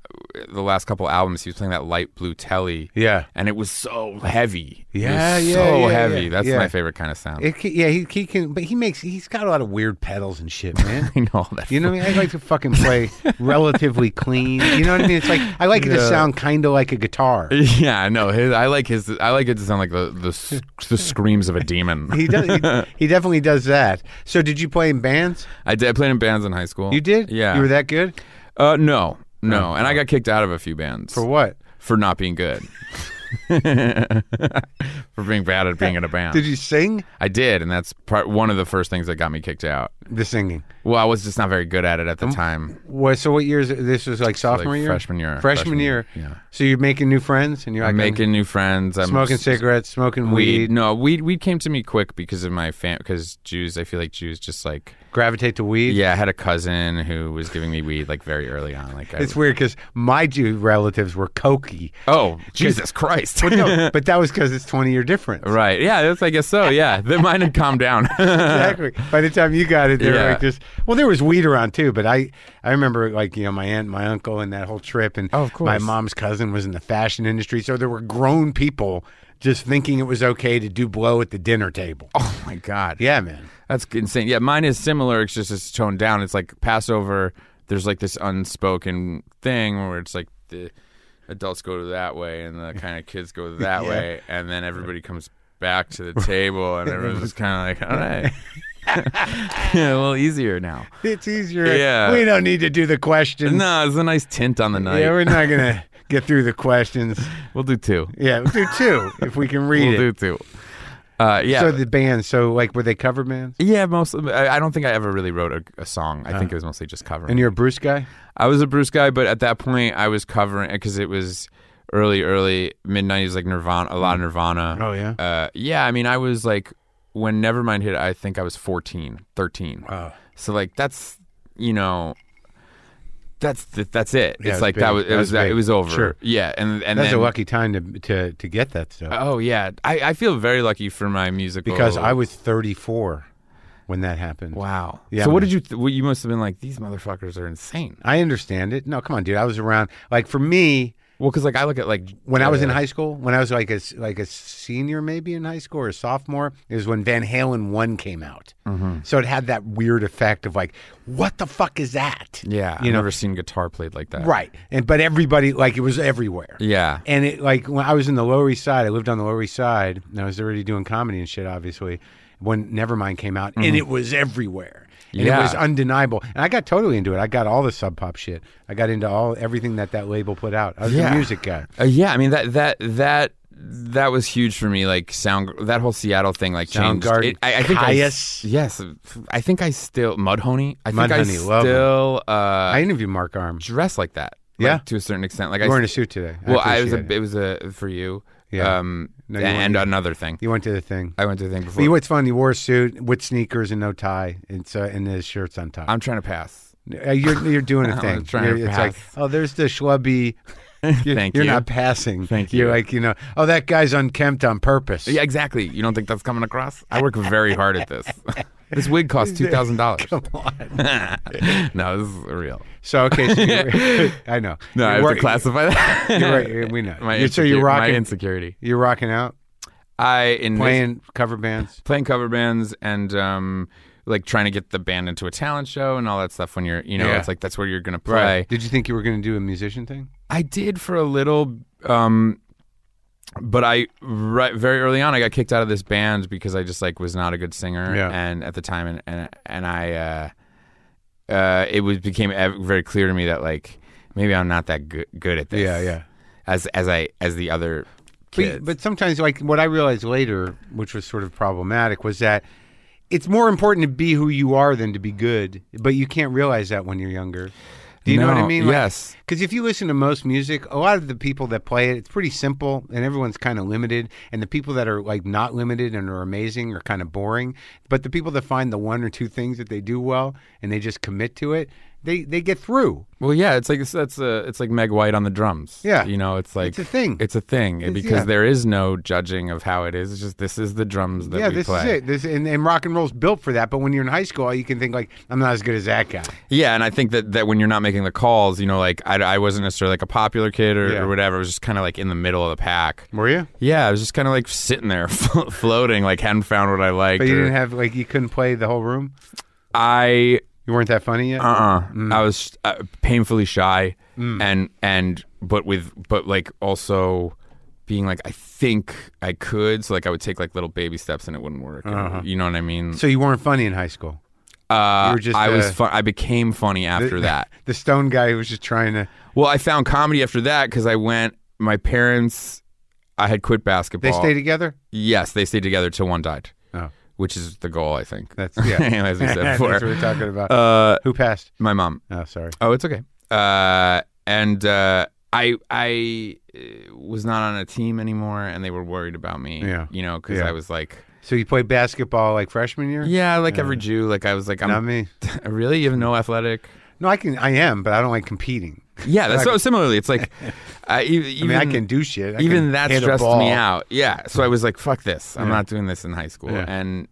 the last couple albums he was playing that light blue telly Yeah. and it was so heavy It was Yeah, yeah, so yeah, heavy yeah, that's yeah. my favorite kind of <laughs> sound It, ca- yeah, he, he can, but he makes he's got a lot of weird pedals and shit, man. <laughs> I know all that. You know what I mean? I like to fucking <laughs> play relatively clean. You know what I mean? It's like I like it to Yeah. sound kind of like a guitar. yeah, I know. His, I like his. I like it to sound like the the, s- <laughs> the screams of a demon. He does. <laughs> He, he definitely does that. So, did you play in bands? I did. I played in bands in high school. You did. Yeah. You were that good. Uh, no, no. And I got kicked out of a few bands For what? for not being good, <laughs> for being bad at <laughs> being in a band. Did you sing? I did, and that's part, one of the first things that got me kicked out. The singing. Well, I was just not very good at it at the time. What? So, what years? This was like sophomore year, freshman year. freshman, Freshman year. year, yeah. So you're making new friends, and you're like I'm making new friends. I'm smoking s- cigarettes, smoking weed, Weed. No, weed. Weed came to me quick because of my fam. Because Jews, I feel like Jews just like gravitate to weed. Yeah, I had a cousin who was giving me weed like very early on. Like, I, It's weird because my Jew relatives were cokey. oh Jesus Christ! But no, but that was because it's 20 year difference. <laughs> right? Yeah, that's I guess so. Yeah, then mine had calmed down. <laughs> Oh exactly. <laughs> By the time you got it, they were Yeah. like this. Well, there was weed around too, but I I remember like you know my aunt, my uncle, and that whole trip, and Oh, of course. my mom's cousin was in the fashion industry, so there were grown people just thinking it was okay to do blow at the dinner table. oh my God! <laughs> Yeah, man. that's insane. Yeah, mine is similar. It's just it's toned down. It's like Passover. There's like this unspoken thing where it's like the adults go that way and the kind of kids go <laughs> that way, and then everybody comes back to the table and everyone's just kind of like, all <laughs> right, <laughs> yeah, a little easier now. It's easier. Yeah. We don't need to do the questions. No, it's a nice tint on the night. Yeah, we're not <laughs> gonna get through the questions. we'll do two. Yeah, we'll do two if we can read We'll it. do too. Uh, yeah, So the band, so like were they cover bands? yeah. Mostly, I I don't think I ever really wrote a, a song. Uh-huh. I think it was mostly just covering. And you're a Bruce guy? I was a Bruce guy, but at that point, I was covering because it was early, early mid '90s, like Nirvana, a lot of Nirvana. Oh, yeah? uh, yeah. I mean, I was like when Nevermind hit, I think I was 14, 13. Wow. So like that's you know. that's th- that's it. Yeah, it it's was like big. that was That it was was that, big. it was over. Sure. Yeah, and and That's then, a lucky time to to to get that stuff Oh yeah, I, I feel very lucky for my musical because I was 34 when that happened. Oh. wow. Yeah, so what man. did you? Th- well, you must have been like these motherfuckers are insane. I understand it. No, come on, dude. I was around. Like for me, Well, because like I look at like when I was in uh, high school, when I was like a s- like a senior maybe in high school or a sophomore, is when Van Halen one came out. Mm-hmm. So it had that weird effect of like, what the fuck is that? yeah, you I've know, never seen guitar played like that. right. And but everybody like it was everywhere. Yeah. <laughs> And it like when I was in the Lower East Side, I lived on the Lower East Side, and I was already doing comedy and shit, obviously. When Nevermind came out, and it was everywhere, and Mm-hmm. Yeah. it was undeniable. And I got totally into it. I got all the sub pop shit. I got into all everything that that label put out. I was Yeah. a music guy. Uh, yeah, I mean that that that that was huge for me. Like sound that whole Seattle thing, like changed. Soundgarden, It, I, I think I s- Caius. yes, I think I still Mudhoney. I think I Mudhoney, love him. still uh, I interviewed Mark Arm. dress like that. Yeah. like, to a certain extent. Like I You were in a s- suit today. I well, I was appreciate a it. it was a for you. Yeah. Um, No, you and weren't. another thing, You went to the thing. I went to the thing But before. you, what's fun? He wore a suit with sneakers and no tie, and so and his shirts on top. I'm trying to pass. Uh, you're you're doing <laughs> a I'm thing. trying You're- to it's like, pass. oh, there's the schlubby. <laughs> You're, Thank you're you. not passing. Thank You're you. like, you know, oh, that guy's unkempt on purpose. Yeah, exactly. You don't think that's coming across? I work very hard at <laughs> this. this wig costs two thousand dollars. Come on. <laughs> no, this is real. <laughs> So okay, so you're- <laughs> I know. No, I You're have wor- to classify that. <laughs> You're right. you're- We know. <laughs> my You're- so you're insecure- my rocking. insecurity. You're rocking out, I in playing playing cover bands. playing cover bands and um like trying to get the band into a talent show and all that stuff. When you're you know Yeah. it's like that's where you're gonna play. Did you think you were going to do a musician thing? I did for a little, um, but I right very early on I got kicked out of this band because I just like was not a good singer, Yeah. and at the time, and and and I, uh, uh, it was became ev- very clear to me that like maybe I'm not that good good at this. Yeah, yeah. As as I as the other But, kids. but sometimes, like what I realized later, which was sort of problematic, was that it's more important to be who you are than to be good. But you can't realize that when you're younger. Do you know what I No, mean? Like, yes. Because if you listen to most music, a lot of the people that play it, it's pretty simple, and everyone's kind of limited. And the people that are like not limited and are amazing are kind of boring. But the people that find the one or two things that they do well and they just commit to it, they they get through. Well, yeah, it's like it's, that's a, it's like Meg White on the drums. Yeah. you know, it's like It's a thing. It's a thing because yeah. there is no judging of how it is. It's just this is the drums that yeah, we this play. is it. This and, and rock and roll's built for that. But when you're in high school, you can think like, I'm not as good as that guy. Yeah, and I think that, that when you're not making the calls, you know, like I, I wasn't necessarily like a popular kid or, Yeah. or whatever. I was just kind of like in the middle of the pack. Were you? Yeah, I was just kind of like sitting there, <laughs> flo- floating, like hadn't found what I liked. But you or- didn't have like you couldn't play the whole room. I You weren't that funny yet. uh uh Mm. I was uh, painfully shy and and but with but like also being like I think I could, so like I would take like little baby steps and it wouldn't work. and- You know what I mean? so Uh-huh. you weren't funny in high school. uh, you were just, I was uh, fun. I became funny <laughs> after that. The stone guy who was just trying to. Well, I found comedy after that because I went. My parents, I had quit They basketball. stay together. Yes, they stayed together till one died, Oh, which is the goal, I think. <laughs> that's yeah. <laughs> as we said that's before. what we're talking about. uh, who passed? my mom. Oh, sorry. Oh, it's okay. Uh, and uh, I I uh, was not on a team anymore, and they were worried about me. Yeah. you know, because Yeah. I was like, So you played basketball like freshman year? yeah, like every Jew, like I was like, I'm Not me. <laughs> really you have no athletic. No, I can. I am, but I don't like competing. Yeah, <laughs> that's so similarly. It's like, I, e- I even, mean, I can do shit. I even can that hit a stressed ball. me out. Yeah. So I was like, fuck this. I'm Yeah. not doing this in high school. Yeah. And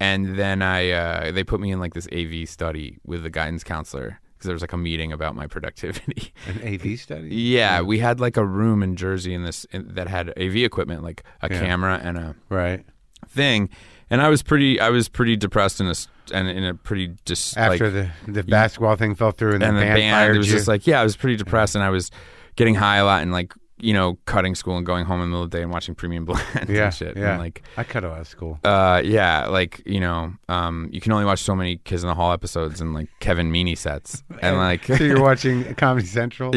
and then I uh, they put me in like this AV study with the guidance counselor because there was like a meeting about my productivity. <laughs> An AV study. yeah, we had like a room in Jersey in this in, that had AV equipment like a Yeah. camera and a Right. thing. And I was pretty I was pretty depressed and a s- and in a pretty just After like, the the basketball thing fell through and, and the band, fired it was you. just like yeah i was pretty depressed and i was getting high a lot and like you know cutting school and going home in the middle of the day and watching premium <laughs> blend yeah, and shit yeah. and like I cut a lot of school. uh yeah like you know um you can only watch so many kids in the hall episodes and like kevin meany <laughs> sets and <laughs> like so you're watching Comedy Central.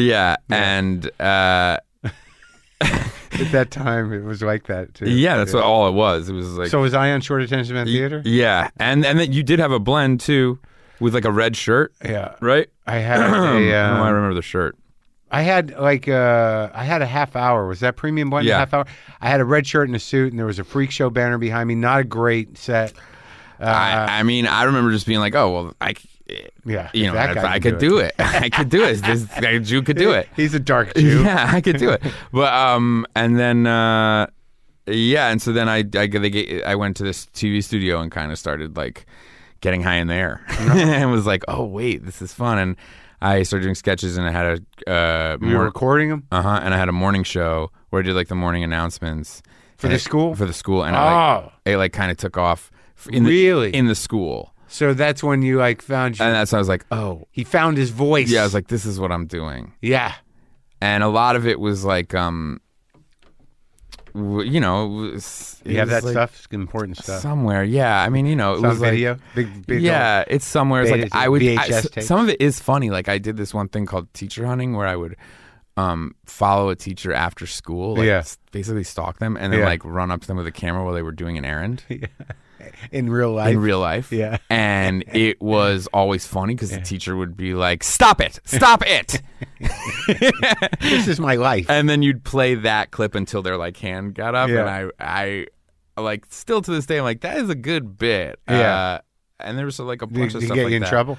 <laughs> yeah and uh At that time, it was like that too. yeah that's what all it was it was like so was I on short attention span theater? yeah and and then you did have a blend too with like a red shirt Yeah. right Oh, <clears throat> I had a, I don't um, remember the shirt I had like uh, I had a half hour. Was that premium blend? A Yeah. half hour. I had a red shirt and a suit, and there was a freak show banner behind me. Not a great set. I, I mean, I remember just being like, "Oh, well, I, c- Uh, Yeah, you if know, that that's- guy I can could do do it. <laughs> I could do it. This a Jew could do it. He's a dark <laughs> Jew. <laughs> Yeah, I could do it. But um, and then uh, yeah, and so then I I they ga- I went to this TV studio and kind of started like getting high in the <laughs> air Uh-huh. <laughs> and was like, oh wait, this is fun. And I started doing sketches and I had a uh, We were more recording him. uh huh, and I had a morning show where I did like the morning announcements For And the it- school? for the school, and I, like, Oh. it like kind of took off f- in Really? the, in the school, So that's when you like found you. and that's when I was like, oh he found his voice. yeah, I was like, this is what I'm doing. yeah. and a lot of it was like um w- you know it was, it You have was that like stuff. It's Important stuff. somewhere yeah i mean you know it Sound was like- video. Big, big. yeah it's somewhere it's beta- like i would I- VHS s- tapes. some of it is funny like i did this one thing called teacher hunting where i would um follow a teacher after school like Yeah. s- basically stalk them and then Yeah. like run up to them with a camera while they were doing an <laughs> errand In real life. in real life. Yeah. And <laughs> it was always funny because the teacher would be like, Stop it! Stop it! this is my life. and then you'd play that clip until their like hand got up Yeah. and i i like still to this day i'm like that is a good bit Yeah. uh, and there was like a Did, bunch did of he stuff get like you in that. trouble?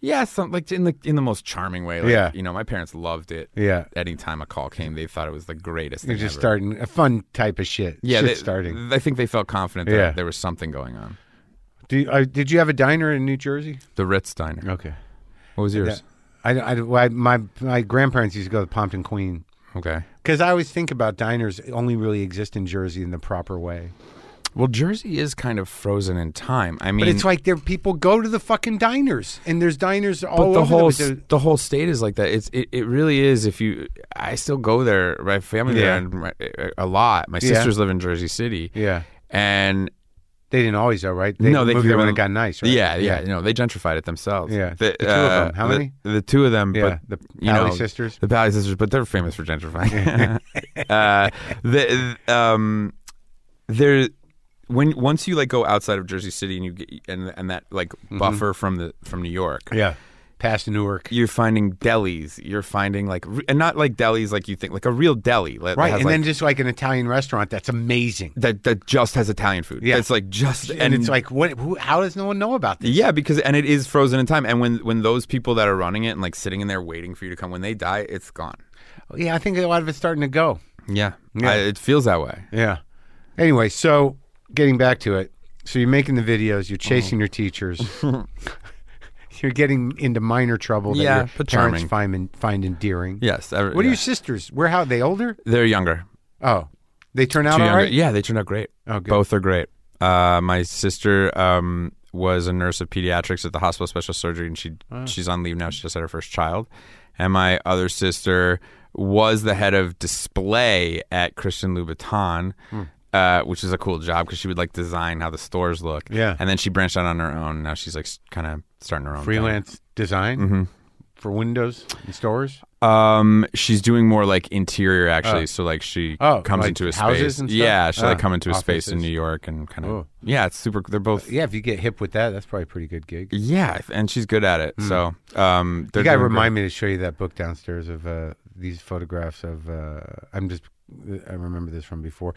yeah some like in the in the most charming way like, Yeah. you know my parents loved it Yeah. anytime a call came they thought it was the greatest You're thing just ever. starting a fun type of shit. yeah shit they- starting. i think they felt confident that Yeah. there was something going on Do you, uh, did you have a diner in New Jersey? the ritz diner Okay. what was yours I, I, well, I- my my grandparents used to go to Pompton Queen okay because I always think about diners only really exist in Jersey in the proper way. well jersey is kind of frozen in time i mean But it's like there people go to the fucking diners and there's diners all but over the whole place. s- the whole state is like that. It's it, it really is. If you, I still go there. My family Yeah. there and my, a lot. My Yeah. sisters live in Jersey City. Yeah. and They didn't always though, right? They no, they moved there when grew- it got nice, right? Yeah, yeah, No, they gentrified it themselves. Yeah. The two of them. How the- many? The, two of them. Yeah, But the you Pally know, sisters. The Pally sisters, but they're famous for gentrifying. <laughs> uh, the um, there. When once you like go outside of Jersey City and you get and and that like Mm-hmm. buffer from the from New York, Yeah. Past Newark. you're finding delis. You're finding like, re- and not like delis like you think, like a real deli, like, that Right. has, And like- then just like an Italian restaurant that's amazing. that that just has Italian food. Yeah. it's like just And, it's like what who, how does no one know about this? yeah, because and it is frozen in time. And when when those people that are running it and like sitting in there waiting for you to come, when they die, it's gone. Yeah, I think a lot of it's starting to go. Yeah, I, it feels that way. Yeah. Anyway, so getting back to it. So you're making the videos, Mm-hmm. you're chasing your teachers. <laughs> <laughs> you're getting into minor trouble that Yeah, your but parents charming. find en- find endearing. Yes. I, What yeah. are your sisters? Where how they older? They're younger. Oh. They turn out Two all younger. right? Yeah, they turned out great. Oh, good. Both are great. Uh, my sister um, was a nurse of pediatrics at the hospital of special surgery, and she Oh. she's on leave now. She just had her first child. And my other sister was the head of display at Christian Louboutin. Hmm. Uh, which is a cool job because she would like design how the stores look. Yeah. and then she branched out on her own. Now she's like kind of starting her own thing. Freelance design Mm-hmm. for windows and stores. Um, she's doing more like interior actually. so like she Oh, comes like into a houses space. and stuff? Yeah, she will like Ah, come into a space in offices. New York and kind of. Oh. Yeah, it's super. They're both. Yeah, if you get hip with that, that's probably a pretty good gig. Yeah, and she's good at it. So um, Hmm. You gotta remind me to show you that book downstairs of uh, these photographs of. Uh, I'm just, I remember this from before,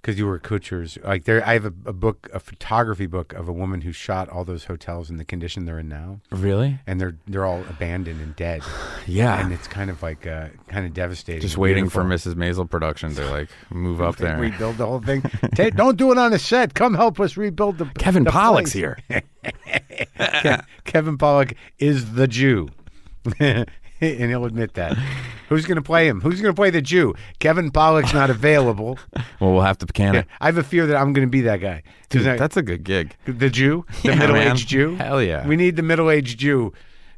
because you were at Kutcher's. Like there, I have a, a book, a photography book of a woman who shot all those hotels in the condition they're in now, Really? and they're they're all abandoned and dead, <sighs> Yeah. and it's kind of like uh, kind of devastating. just and waiting for beautiful. Mrs. Maisel production to like move up there. Rebuild the whole thing. Ta- don't do it on a set. Come help us rebuild the. <laughs> Kevin the Pollock's place. here. Ke- <laughs> Kevin Pollock is the Jew. <laughs> and he'll admit that. Who's going to play him? Who's going to play the Jew? Kevin Pollock's <laughs> not available. Well, we'll have to can it. I have a fear that I'm going to be that guy. 'Cause Dude, I- that's a good gig. the Jew, Yeah, the man. middle-aged Jew. Hell yeah. We need the middle-aged Jew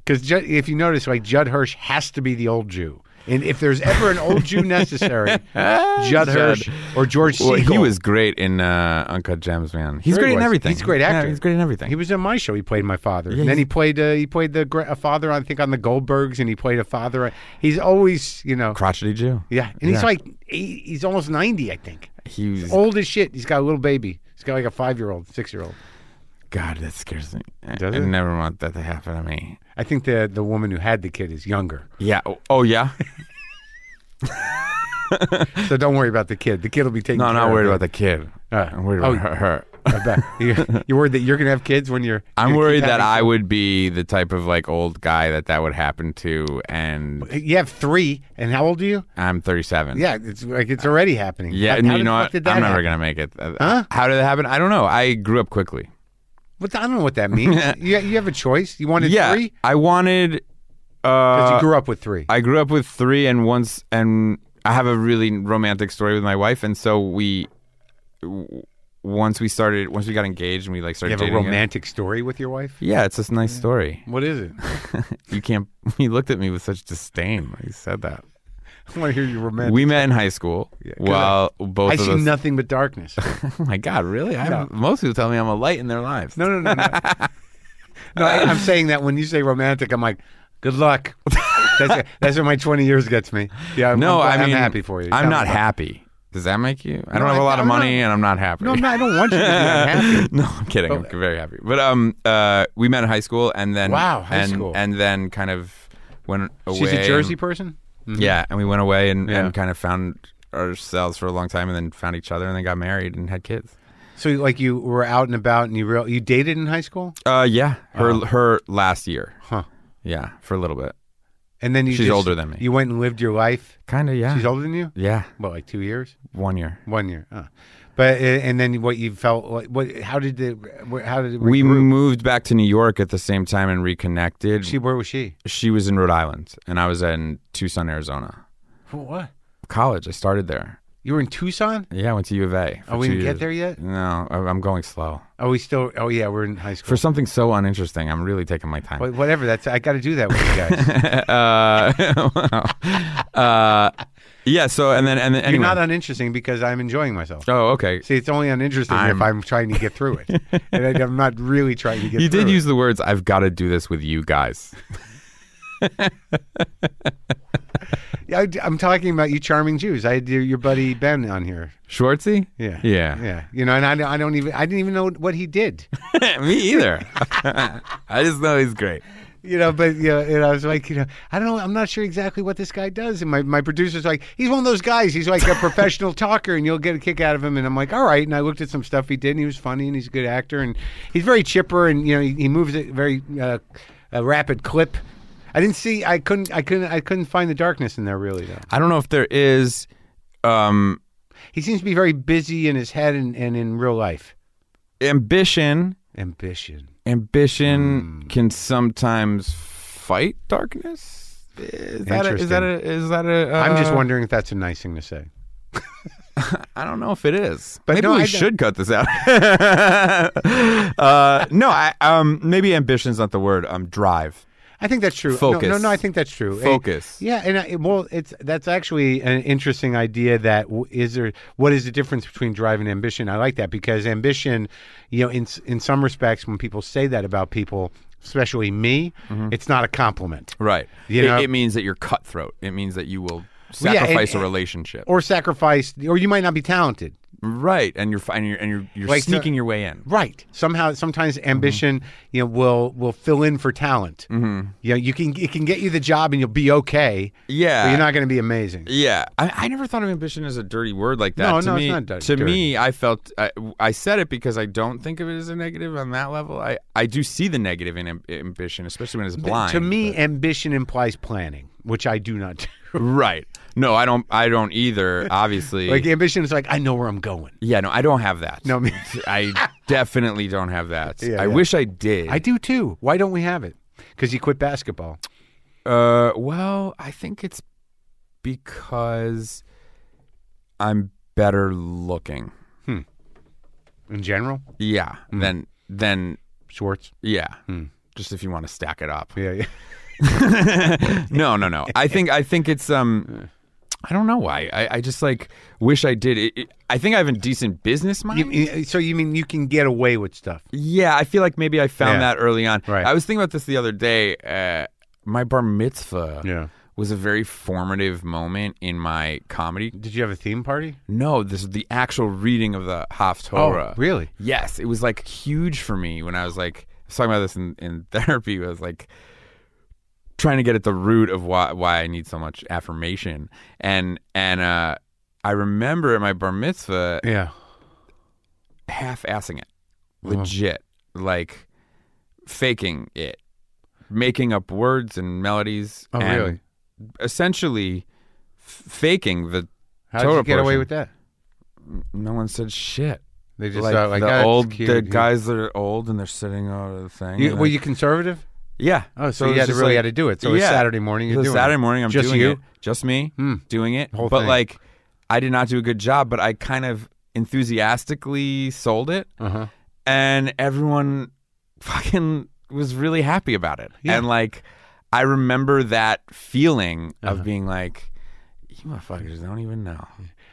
because if you notice, like Judd Hirsch has to be the old Jew. And if there's ever an old <laughs> Jew necessary, Judd Judd. Hirsch or George Well, Siegel. he was great in uh, Uncut Gems, man. He's Sure he great in was. everything. He's a great actor. Yeah, he's great in everything. He was in my show. He played my father, and then he played uh, he played the gra- a father I think on the Goldbergs, and he played a father. He's always you know crotchety Jew. yeah, and he's Yeah. like he, he's almost ninety I think, He was. old as shit. He's got a little baby. He's got like a five year old, six year old. God, that scares me. I- Does I, it? never want that to happen to me. I think the the woman who had the kid is younger, Yeah. Oh, oh, yeah. so don't worry about the kid. The kid will be taken. No, I'm care not of worried it. about the kid. Uh, I'm worried about oh. <laughs> her. her. <laughs> about you. You're worried that you're going to have kids when you're. I'm you're worried that having- I would be the type of like old guy that that would happen to, and You have three, and how old are you? I'm 37. Yeah, it's like it's already happening. yeah. How- and how you the know fuck what? I'm did that never happen? gonna make it. Uh, Huh? How did it happen? I don't know. I grew up quickly. But I don't know what that <laughs> means. you, you have a choice. You wanted yeah, three I wanted. because Uh, you grew up with three. I grew up with three, and once, and I have a really romantic story with my wife, and so we, w- once we started, once we got engaged, and we like you started have a dating, romantic story with your wife. Yeah, it's this nice story. What is it? <laughs> <laughs> You can't. He looked at me with such disdain when he said that. I want to hear your romantic. We met in high school. while both I of see us. nothing but darkness. <laughs> Oh my God, really? I have, most people tell me I'm a light in their lives. No, no, no, no. no, I, I'm saying that when you say romantic, I'm like, good luck. That's, that's what my 20 years gets me. Yeah, I'm, no, I'm, I I'm mean, happy for you. I'm Sounds not fun. happy. Does that make you? I don't No, have a I- lot of I'm not- money, and I'm not happy. No, I'm not, I don't want you to be unhappy. <laughs> no, I'm kidding. I'm very happy. But um, uh, we met in high school, and then Wow, high and, school. and then kind of went away. She's a Jersey and- person? yeah, and we went away and, Yeah. and kind of found ourselves for a long time, and then found each other, and then got married and had kids. So, like, you were out and about and you real you dated in high school? Uh, yeah, her her last year. Huh. Yeah, for a little bit. And then you She's just- older than me. You went and lived your life. Kind of. Yeah. She's older than you? Yeah, What, like two years? one year. One year. Uh. But, uh, and then what you felt, like, what, how did it, wh- how did it We regroup? moved back to New York at the same time and reconnected. She, She, where was she? was in Rhode Island and I was in Tucson, Arizona. For what? College, I started there. You were in Tucson? Yeah, I went to U of A. for Oh, we two didn't years. get there yet? No, I- I'm going slow. Oh, we still, oh, yeah, we're in high school. For something so uninteresting, I'm really taking my time. Wha- <laughs> Whatever. That's I got to do that with you guys. uh, <laughs> uh, yeah, so, and then, and then, You're anyway. not uninteresting because I'm enjoying myself. oh, okay. See, it's only uninteresting if I'm- I'm trying to get through it, and I- I'm not really trying to get. You through did it. use the words, I've got to do this with you guys. Yeah, I, am talking about you, charming Jews. I had your, your buddy Ben on here. Schwartzy? Yeah, Yeah. yeah. You know, and I, don't- I don't even I didn't even know what he did. <laughs> Me either. I just know he's great. You know, but you know, and I was like, you know, I don't know. I'm not sure exactly what this guy does. And my my producer's like, he's one of those guys. He's like a professional talker, and you'll get a kick out of him. And I'm like, all right. And I looked at some stuff he did, and he was funny, and he's a good actor, and he's very chipper, and you know, he, he moves at very uh, a rapid clip. I didn't see. I couldn't. I couldn't. I couldn't find the darkness in there really. Though I don't know if there is. Um, he seems to be very busy in his head and, and in real life. ambition Ambition. Hmm. ambition can sometimes fight darkness is that a, is that a, is that a uh, I'm just wondering if that's a nice thing to say. i don't know if it is But maybe no, we I don't- should cut this out <laughs> uh, no i um maybe ambition's not the word um drive I think that's true. No, Focus. No, no, I think that's true. Eh, Focus. yeah, and I, well, it's that's actually an interesting idea. That w- is there. What is the difference between drive and ambition? I like that because ambition, you know, in s- in some respects, when people say that about people, especially me, it's not a compliment Mm-hmm. right You it, know- it means that you're cutthroat it means that you will Well, yeah, and- sacrifice and- a relationship or sacrifice, or you might not be talented. right and you're fi- and you're and you're, you're Like, no- sneaking your way in Right. Somehow, sometimes Mm-hmm. ambition, you know, will will fill in for talent. Mm-hmm. You know, you can it can get you the job and you'll be okay. Yeah. but you're not going to be amazing. Yeah, I, I never thought of ambition as a dirty word like that. No, to no, it's me, not di- To dirty. me, I felt I, I said it because I don't think of it as a negative on that level. I, I do see the negative in am- ambition, especially when it's blind. to me, ambition implies planning, which I do not <laughs> do. but- right? No, I don't. I don't either. Obviously, <laughs> Like ambition is like I know where I'm going. yeah. No, I don't have that. No, <laughs> me- I definitely don't have that. <laughs> Yeah, I yeah. wish I did. I do too. Why don't we have it? Because you quit basketball. Uh, well, I think it's because I'm better looking. In general, Yeah. Mm. Than than Schwartz. yeah. Hmm. Just if you want to stack it <laughs> up. Yeah, yeah. no, no, no. I think I think it's um. I don't know why. I, I just like wish I did. It, it, I think I have a decent business mind. You- you- so you mean you can get away with stuff? yeah, I feel like maybe I found Yeah. that early on. Right. I was thinking about this the other day. Uh, my bar mitzvah Yeah. was a very formative moment in my comedy. Did you have a theme party? Oh, No, this is the actual reading of the Haf Torah. really? Yes, it was like huge for me when I was like I was talking about this in, in <laughs> therapy. I was like trying to get at the root of why why I need so much affirmation, and and uh, I remember at my bar mitzvah Yeah. half assing it. Uh-huh. legit, like faking it, making up words and melodies. Oh, and really? Essentially, f- faking the. How did Torah you get away portion. with that? No one said shit. They just like, thought like the "Ah, it's old cute, the yeah." guys that are old and they're sitting on the thing. You, and were like- you conservative? yeah. Oh, so you had to just really had to do it. So it's Saturday morning, you're So doing Saturday it. morning, I'm Just doing you? it. Just me Hmm. doing it. Whole but thing. like, I did not do a good job. But I kind of enthusiastically sold it, Uh huh. and everyone <laughs> fucking was really happy about it. Yeah. And like, I remember that feeling Uh-huh. of being like, "You motherfuckers don't even know."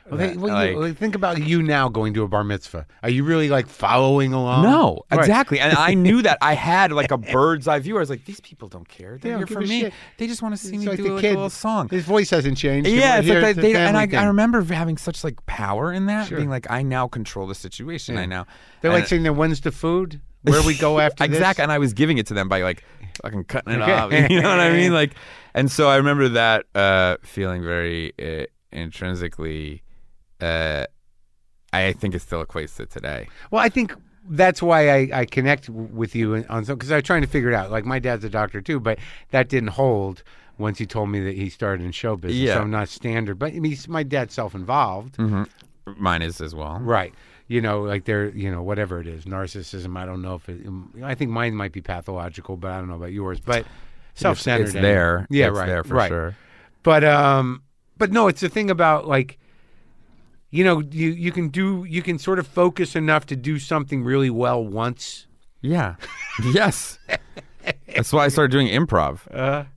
Well, they, That, well, like- you, well, think about you now going to a bar mitzvah. Are you really like following along? No, Um, Right. exactly. And I knew that. I had <laughs> like a bird's eye view. I was like, these people don't care. They're don't here give for a me. shit. They just want to see It's me like do the like, kid. a little song. His voice hasn't changed. Yeah, it's Here, like a they, they, and family I, thing. I remember having such like power in that, Sure. being like, I now control the situation. I now They're like and- saying, there, "When's the food? Where we <laughs> go after this?" exactly, and I was giving it to them by like fucking cutting <laughs> it Okay. off. You know what I <laughs> mean? Like, and so I remember that uh, feeling very uh, intrinsically. Uh, I think it still equates to today. Well, I think that's why I, I connect w- with you in- on some because I was trying to figure it out. Like my dad's a doctor too, but that didn't hold once he told me that he started in show business. Yeah. So I'm not standard, but I mean, he's, my dad's self-involved, Mine is as well. right? You know, like they're you know whatever it is, narcissism. I don't know if it, um, I think mine might be pathological, but I don't know about yours. But self-centered, It's and- there. Yeah, It's right. there for right. sure. But um, but no, it's the thing about like, you know, you you can do you can sort of focus enough to do something really well once. <laughs> Yeah. yes. That's why I started doing improv.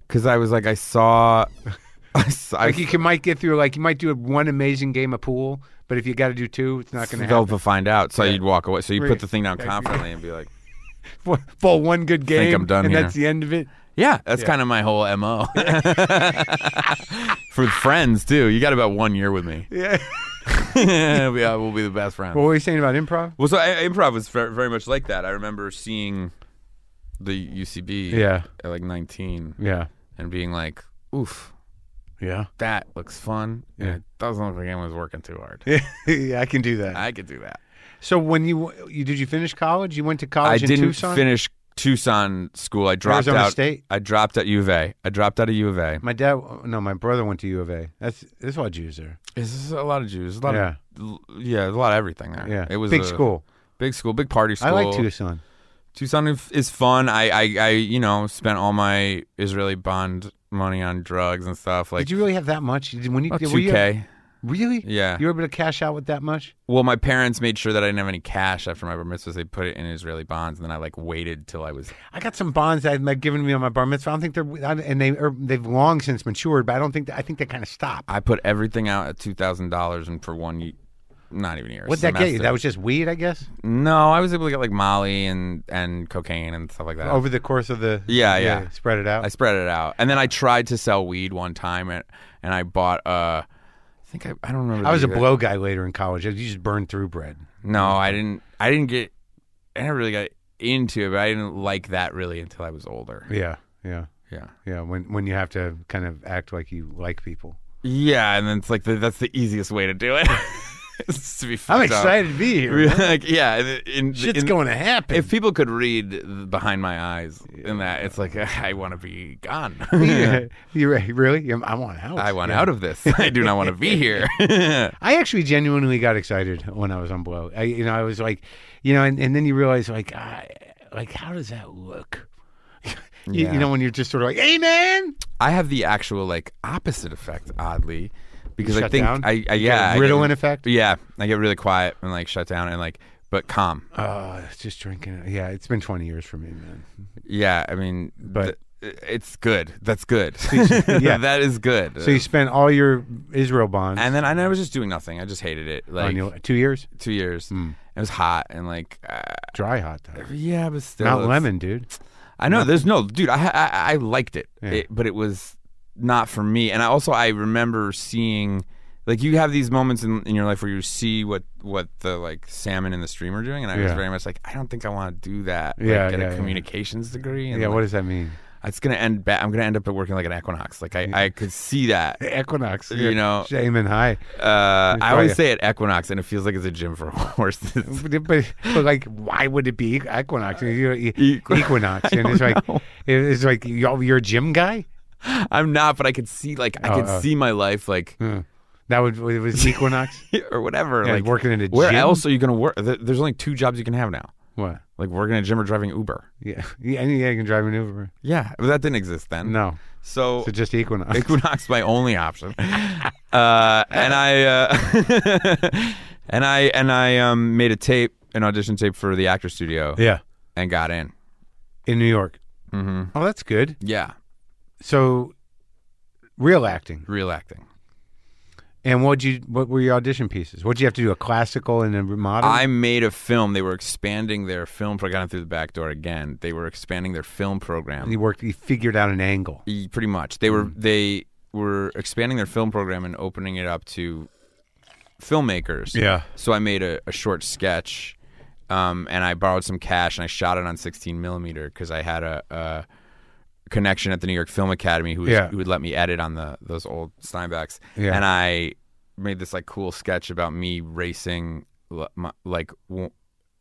Because I was like, I saw. <laughs> I, saw, Uh. Like you can might get through like you might do one amazing game of pool, but if you got to do two, it's not going to felt to happen. <laughs> find out. So you'd walk away. So you Right. put the thing down confidently and be like, Bowl one good game, I'm done and here. that's the end of it. <laughs> yeah, that's kind of my whole MO. For friends, too. You got about one year with <laughs> me. Yeah. <laughs> yeah, we'll be the best friends. What were you saying about improv? Well, so I, improv was ver- very much like that. I remember seeing the UCB Yeah. at like 19 Yeah. and being like, oof, Yeah. that looks fun. and Yeah. It doesn't look like anyone's working too hard. yeah, <laughs> I can do that. I could do that. So when you, you did you finish college? You went to I college Oh, in didn't Tucson? finish Tucson school. I dropped Arizona out. State? I dropped at U of A. I dropped out of U of A. My dad, no, my brother went to U of A. That's that's why Jews are. This is a lot of Jews. A lot Yeah. of yeah, a lot of everything there. Yeah, it was big a school. big school, big party school. I like Tucson. Tucson is- is fun. I, I I you know spent all my Israeli bond money on drugs and stuff. Like Did you really have that much? Did- When you about did- were two you- k. really? Yeah. You were able to cash out with that much? Well, my parents made sure that I didn't have any cash after my bar mitzvah. so They put it in Israeli bonds, and then I like waited till I was I got some bonds that had given me on my bar mitzvah. I don't think they're I- and they or they've long since matured, but I don't think that, I think they kind of stopped. I put everything out at two thousand dollars, and for one, ye- not even a year. What'd that get you? semester. That was just weed, I guess. no. I was able to get like Molly and and cocaine and stuff like that. Over the course of the Yeah, yeah. spread it out. I spread it out, and then I tried to sell weed one time, and and I bought. Uh, I think I, I don't remember. I was the a exact- blow guy later in college. You just burned through bread. No, I didn't. I didn't get. I never really got into it, but I didn't like that really until I was older. Yeah, yeah, Yeah. yeah. When when you have to kind of act like you like people. Yeah, and then it's like the, that's the easiest way to do it. <laughs> It's to be I'm fucked up. excited to be here. like, <laughs> yeah, in, in, Shit's in- going to <laughs> happen. If people could read th- behind my eyes in that, it's like <laughs> I want to be gone. you really? You- I want <laughs> out. I want Yeah. out of this. <laughs> I do not want to be <laughs> here. <laughs> I actually genuinely got excited when I was on blow. I, you know, I was like, you know, and, and then you realize like, I, like how does that look? <laughs> you, you Yeah. know, when you're just sort of like, hey man, I have the actual like opposite effect, oddly, because I shut think down? I, I You get yeah I a get- Ritalin effect? Yeah, I get really quiet and like shut down and like but calm. oh, it's just drinking. Yeah, it's been 20 years for me, man. Yeah, I mean, But- th- it's good. That's good. <laughs> yeah. that is good. So you spent all your Israel bonds and then and I was just doing nothing. I just hated it. on Like your- Mm. two years, two years. It was hot and like uh, dry hot though. yeah, but still Not it's- lemon, dude. I know. There's no dude. I I, I liked it. Yeah. it, but it was not for me. And I also I remember seeing like you have these moments in, in your life where you see what what the like salmon and the stream are doing, and I was Yeah. very much like I don't think I want to do that. Yeah, like, get yeah, yeah. a communications degree. And Yeah, like, what does that mean? it's gonna end. Ba- I'm gonna end up working like an Equinox. Like I, I could see that. <laughs> Equinox, You know- Shaman High. Uh, I Oh, always yeah. say it Equinox, and it feels like it's a gym for <laughs> <laughs> horses. But, but, but, like, why would it be Equinox? You- you- <laughs> Equi- Equinox, and it's like it's like y'all, you're a gym guy. I'm not, but I could see like I Oh, could oh. see my life like <laughs> Hmm. That would it was <laughs> Equinox. or whatever. Yeah, like working in a where gym? else are you gonna work? There- There's only two jobs you can have now. what? Like working at a gym or driving Uber. Yeah, <laughs> yeah, any guy can drive an Uber. Yeah, but that didn't exist then. No, <laughs> So so just Equinox. <laughs> Equinox my only <laughs> option. Uh, and I uh, <laughs> and I and I um, made a tape, an audition tape for the actor studio, yeah, and got in. in New York. Mm-hmm. Oh, that's good. Yeah, So, real acting. real acting. And what you what were your audition pieces? What would you have to do? A classical and a modern. I made a film. They were expanding their film program through the back door again. They were expanding their film program. you worked. You figured out an angle. Y- pretty much they were they were expanding their film program and opening it up to filmmakers Yeah. so i made a, a short sketch um, and i borrowed some cash and i shot it on 16 millimeter because i had a, a connection at the new york film academy who, was, Yeah. who would let me edit on the those old steinbecks Yeah. and i made this like cool sketch about me racing l- my, like w-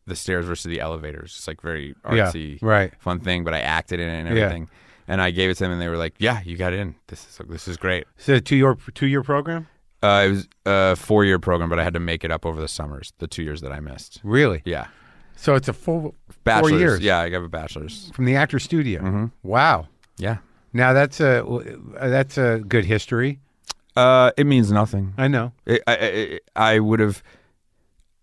the stairs versus the elevators just like very artsy Yeah, right. fun thing, but I acted in it and Yeah. everything. And I gave it to them, and they were like, "Yeah, you got in. This is this is great." So two year two year program. Uh, it was a four year program, but I had to make it up over the summers, the two years that I missed. Really. Yeah, So it's a full bachelor's. four years. Yeah, I got a bachelor's. From the actor studio. Wow. Yeah. Now that's a that's a good history. Uh, it means nothing. I know. It, I, it, I would have.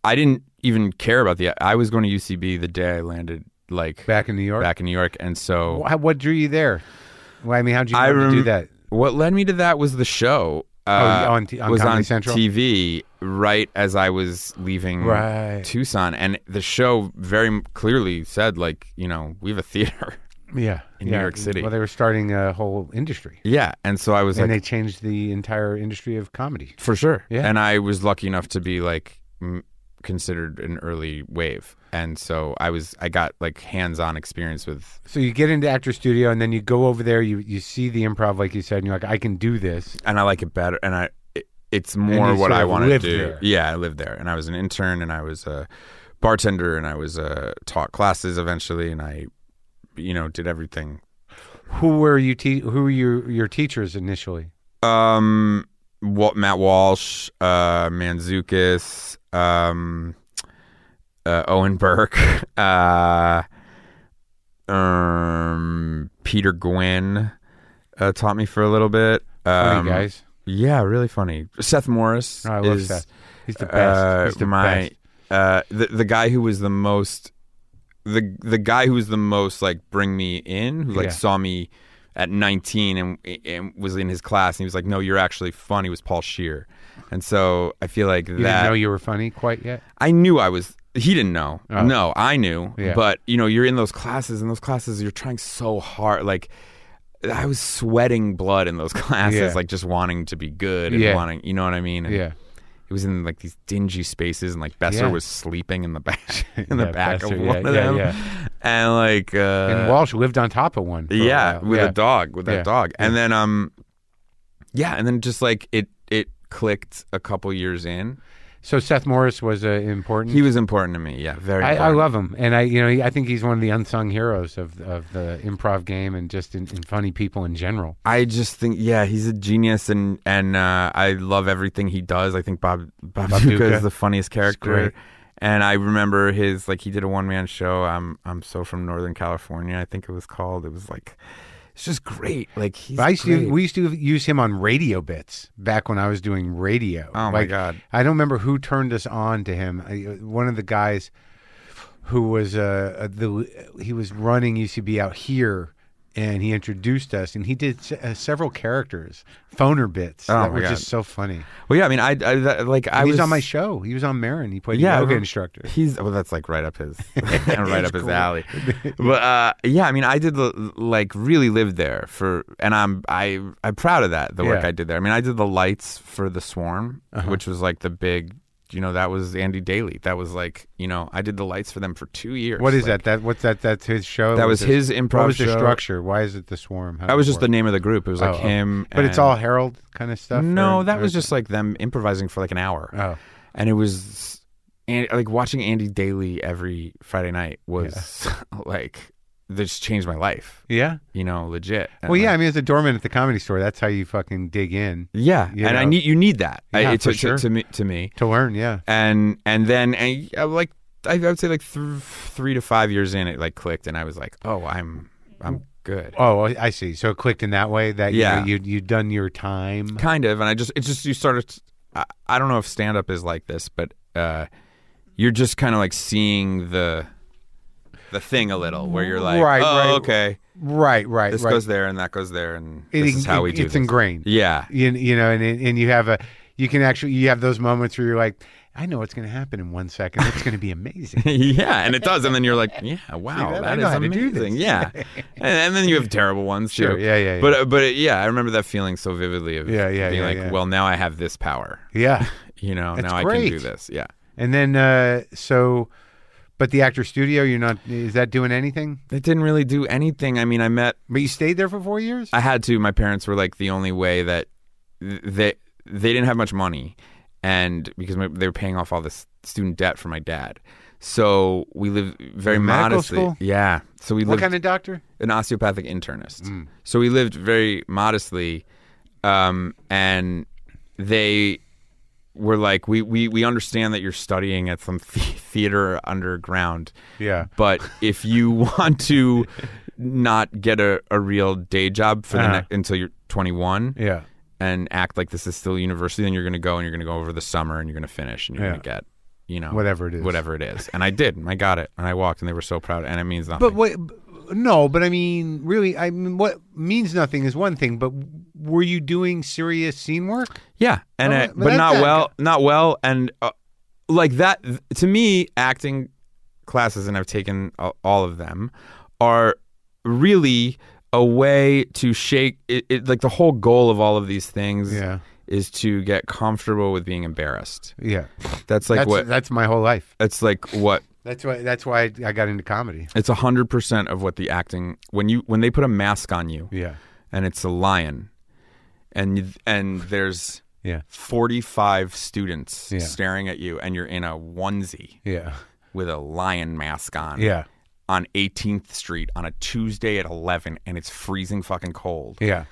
I didn't even care about the. I was going to UCB the day I landed, like back, Back in New York. in New York, and so Wh- What drew you there? Well, I mean, how did you I learn to do rem- that? What led me to that was the show. Uh, Oh, on T- on was Comedy on Central? TV right as I was leaving Right. Tucson, and the show very m- clearly said, like, you know, we have a theater. <laughs> Yeah, in New York City. Well, they were starting a whole industry, yeah, and so I was and like, they changed the entire industry of comedy. for sure. Yeah. and I was lucky enough to be like m- considered an early wave, and so I was I got like hands on experience with. So you get into actor studio, and then you go over there. You you see the improv, like you said, and you're like, I can do this. and I like it better. And I, it, it's more you what sort I of want to lived do. there. Yeah, I lived there, and I was an intern, and I was a bartender, and I was uh, taught classes eventually, and I, you know, did everything. Who were you? Te- who were your your teachers initially? Um, what Matt Walsh, uh, Manzukis, um, uh, Owen Burke, <laughs> uh, um, Peter Gwynn uh, taught me for a little bit. Funny Um, guys. Oh, Yeah, really funny. Seth Morris. I love is, Seth. He's the best. uh, He's the my best. uh, the the guy who was the most the the guy who was the most like bring me in who like Yeah. saw me at 19 and, and was in his class and he was like no you're actually funny was Paul Shear and so I feel like You that didn't know you were funny quite yet. I knew I was. He didn't know. Oh. No, I knew. Yeah. But you know, you're in those classes, and those classes, you're trying so hard. Like, I was sweating blood in those <laughs> classes, Yeah. like just wanting to be good and Yeah. wanting, you know what I mean? And Yeah. It was in like these dingy spaces, and like Besser Yeah. was sleeping in the back <laughs> in the Yeah, back Besser, of yeah, one of yeah, them, yeah. and like uh, and Walsh lived on top of one. for a yeah, while. with Oh, yeah. a dog, with that Yeah. dog, and then um, yeah, and then just like it it clicked a couple years in. So Seth Morris was uh, important. He was important to me. Yeah, very. I, I important. love him, and I you know he- I think he's one of the unsung heroes of of the improv game and just in, in funny people in general. I just think, yeah, he's a genius, and and uh, I love everything he does. I think Bob Bob Bob Duca Duca. is the funniest great. character, and I remember his like he did a one man show. I'm I'm so from Northern California. I think it was called. It was like it's just great. Like he's I used to, great. we used to use him on radio bits back when I was doing radio. Oh, my Like, God. I don't remember who turned us on to him. I, uh, one of the guys who was uh, uh, the he was running UCB out here, and he introduced us, and he did se- uh, several characters, phoner bits Oh, that my were God. just so funny. well, yeah. I mean, I, I that- like I He was, was on my show. He was on Marin. He played Yeah, I a yoga rem- instructor. He's well, that's like right up his, <laughs> <laughs> right up his cool. <laughs> alley. But uh, yeah, I mean, I did the- like really lived there for, and I'm I I'm proud of that the work Yeah. Uh-huh. I did there. I mean, I did the lights for the Swarm, which was like the big you know, that was Andy Daly. That was like, you know, I did the lights for them for two years. What is Like, that? That what's that? That's his show. That What was is this- his improv What was the show. structure? Why is it the swarm? How That does was it just the work? name of the group. It was like Oh, oh. him. But it's and- all Herald kind of stuff. No, or- that or was is it- just like them improvising for like an hour. Oh. And it was and like watching Andy Daly every Friday night was <laughs> like this changed my life, Yeah. you know, legit. And Well, yeah. like- I mean, as a doorman at the comedy store, that's how you fucking dig in yeah, You and I know. need you need that. I- Yeah, to, for to- sure. to me to me. to learn. Yeah. And and then and I, like I, I would say like th- 3 to 5 years in it like clicked and I was like, "Oh, I'm I'm good." Oh, I I see. So it clicked in that way that Yeah. you know, you you'd done your time. kind of and i just it's just you started I, I don't know if stand up is like this but uh you're just kind of like seeing the the thing a little where you're like Right, oh, right. okay Right. Right. this right. goes there and that goes there and It- this is how we it- do It's this. ingrained. yeah <laughs> you, you know and and you have a you can actually you have those moments where you're like i know what's going to happen in one second it's going to be amazing yeah and it does and then you're like yeah wow that? I that know is how to do amazing this. <laughs> yeah and, and then you have terrible ones <laughs> Sure, too yeah, yeah, yeah. but uh, but uh, yeah i remember that feeling so vividly of Yeah, yeah, being yeah, like yeah. well now i have this power yeah <laughs> you know That's now i can do great. this yeah and then uh so but the actor studio you're not is that doing anything it didn't really do anything i mean i met but you stayed there for four years I had to. My parents were like the only way that th- they they didn't have much money, and because my, they were paying off all this student debt for my dad, so we lived very Medical modestly. school? Yeah, so we what lived kind of Mm. doctor an osteopathic internist. So we lived very modestly, um, and they were like, "We we we understand that you're studying at some <laughs> the- theater underground, Yeah. But if you <laughs> want to not get a, a real day job for the Uh-huh. ne- until you're 21, yeah and act like this is still university, then you're going to go and you're going to go over the summer and you're going to finish and you're Yeah. going to get." You know, Whatever it is. whatever it is, and I did, and I got it, and I walked, and they were so proud, and it means nothing. but what no but i mean really i mean what means nothing is one thing but were you doing serious scene work Yeah, and Oh, I- but but that's not not- well, not well, and uh, like that. th- To me, acting classes, and I've taken a- all of them, are really a way to shake. It, it, like the whole goal of all of these things Yeah. is to get comfortable with being embarrassed. yeah That's like that's, what. that's my whole life That's like what. that's why that's why i, I got into comedy It's hundred percent of what the acting when you when they put a mask on you yeah and it's a lion, and and there's. yeah 45 students Yeah. staring at you and you're in a onesie yeah with a lion mask on yeah on 18th street on a tuesday at 11 and it's freezing fucking cold <laughs> yeah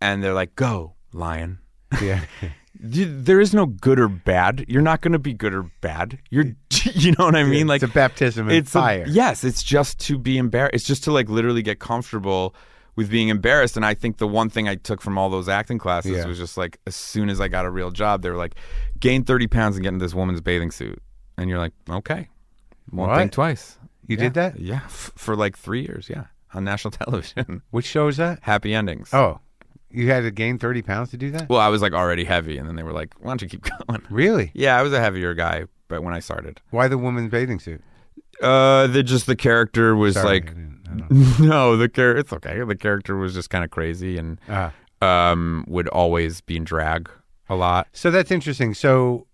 and they're like go lion yeah Y- there is no good or bad you're not going to be good or bad you're <laughs> you know what i mean like it's a baptism in a- fire. yes, it's just to be embarrassed. It's just to like literally get comfortable with being embarrassed. And I think the one thing I took from all those acting classes Yeah. was just like as soon as I got a real job, they were like, gain thirty pounds and get in this woman's bathing suit. And you're like, okay, won't What? think twice. You did that? Yeah, f- for like three years. Yeah, on national <laughs> television. Which show is that? Happy endings. Oh, you had to gain thirty pounds to do that? Well, I was like already heavy, and then they were like, why don't you keep <laughs> going? Really? Yeah, I was a heavier guy, but when I started, Why the woman's bathing suit? uh, the just the character was Sorry, like I didn't- I don't- <laughs> no, the character it's okay. The character was just kind of crazy and Ah. um would always be in drag a lot. so that's interesting. So,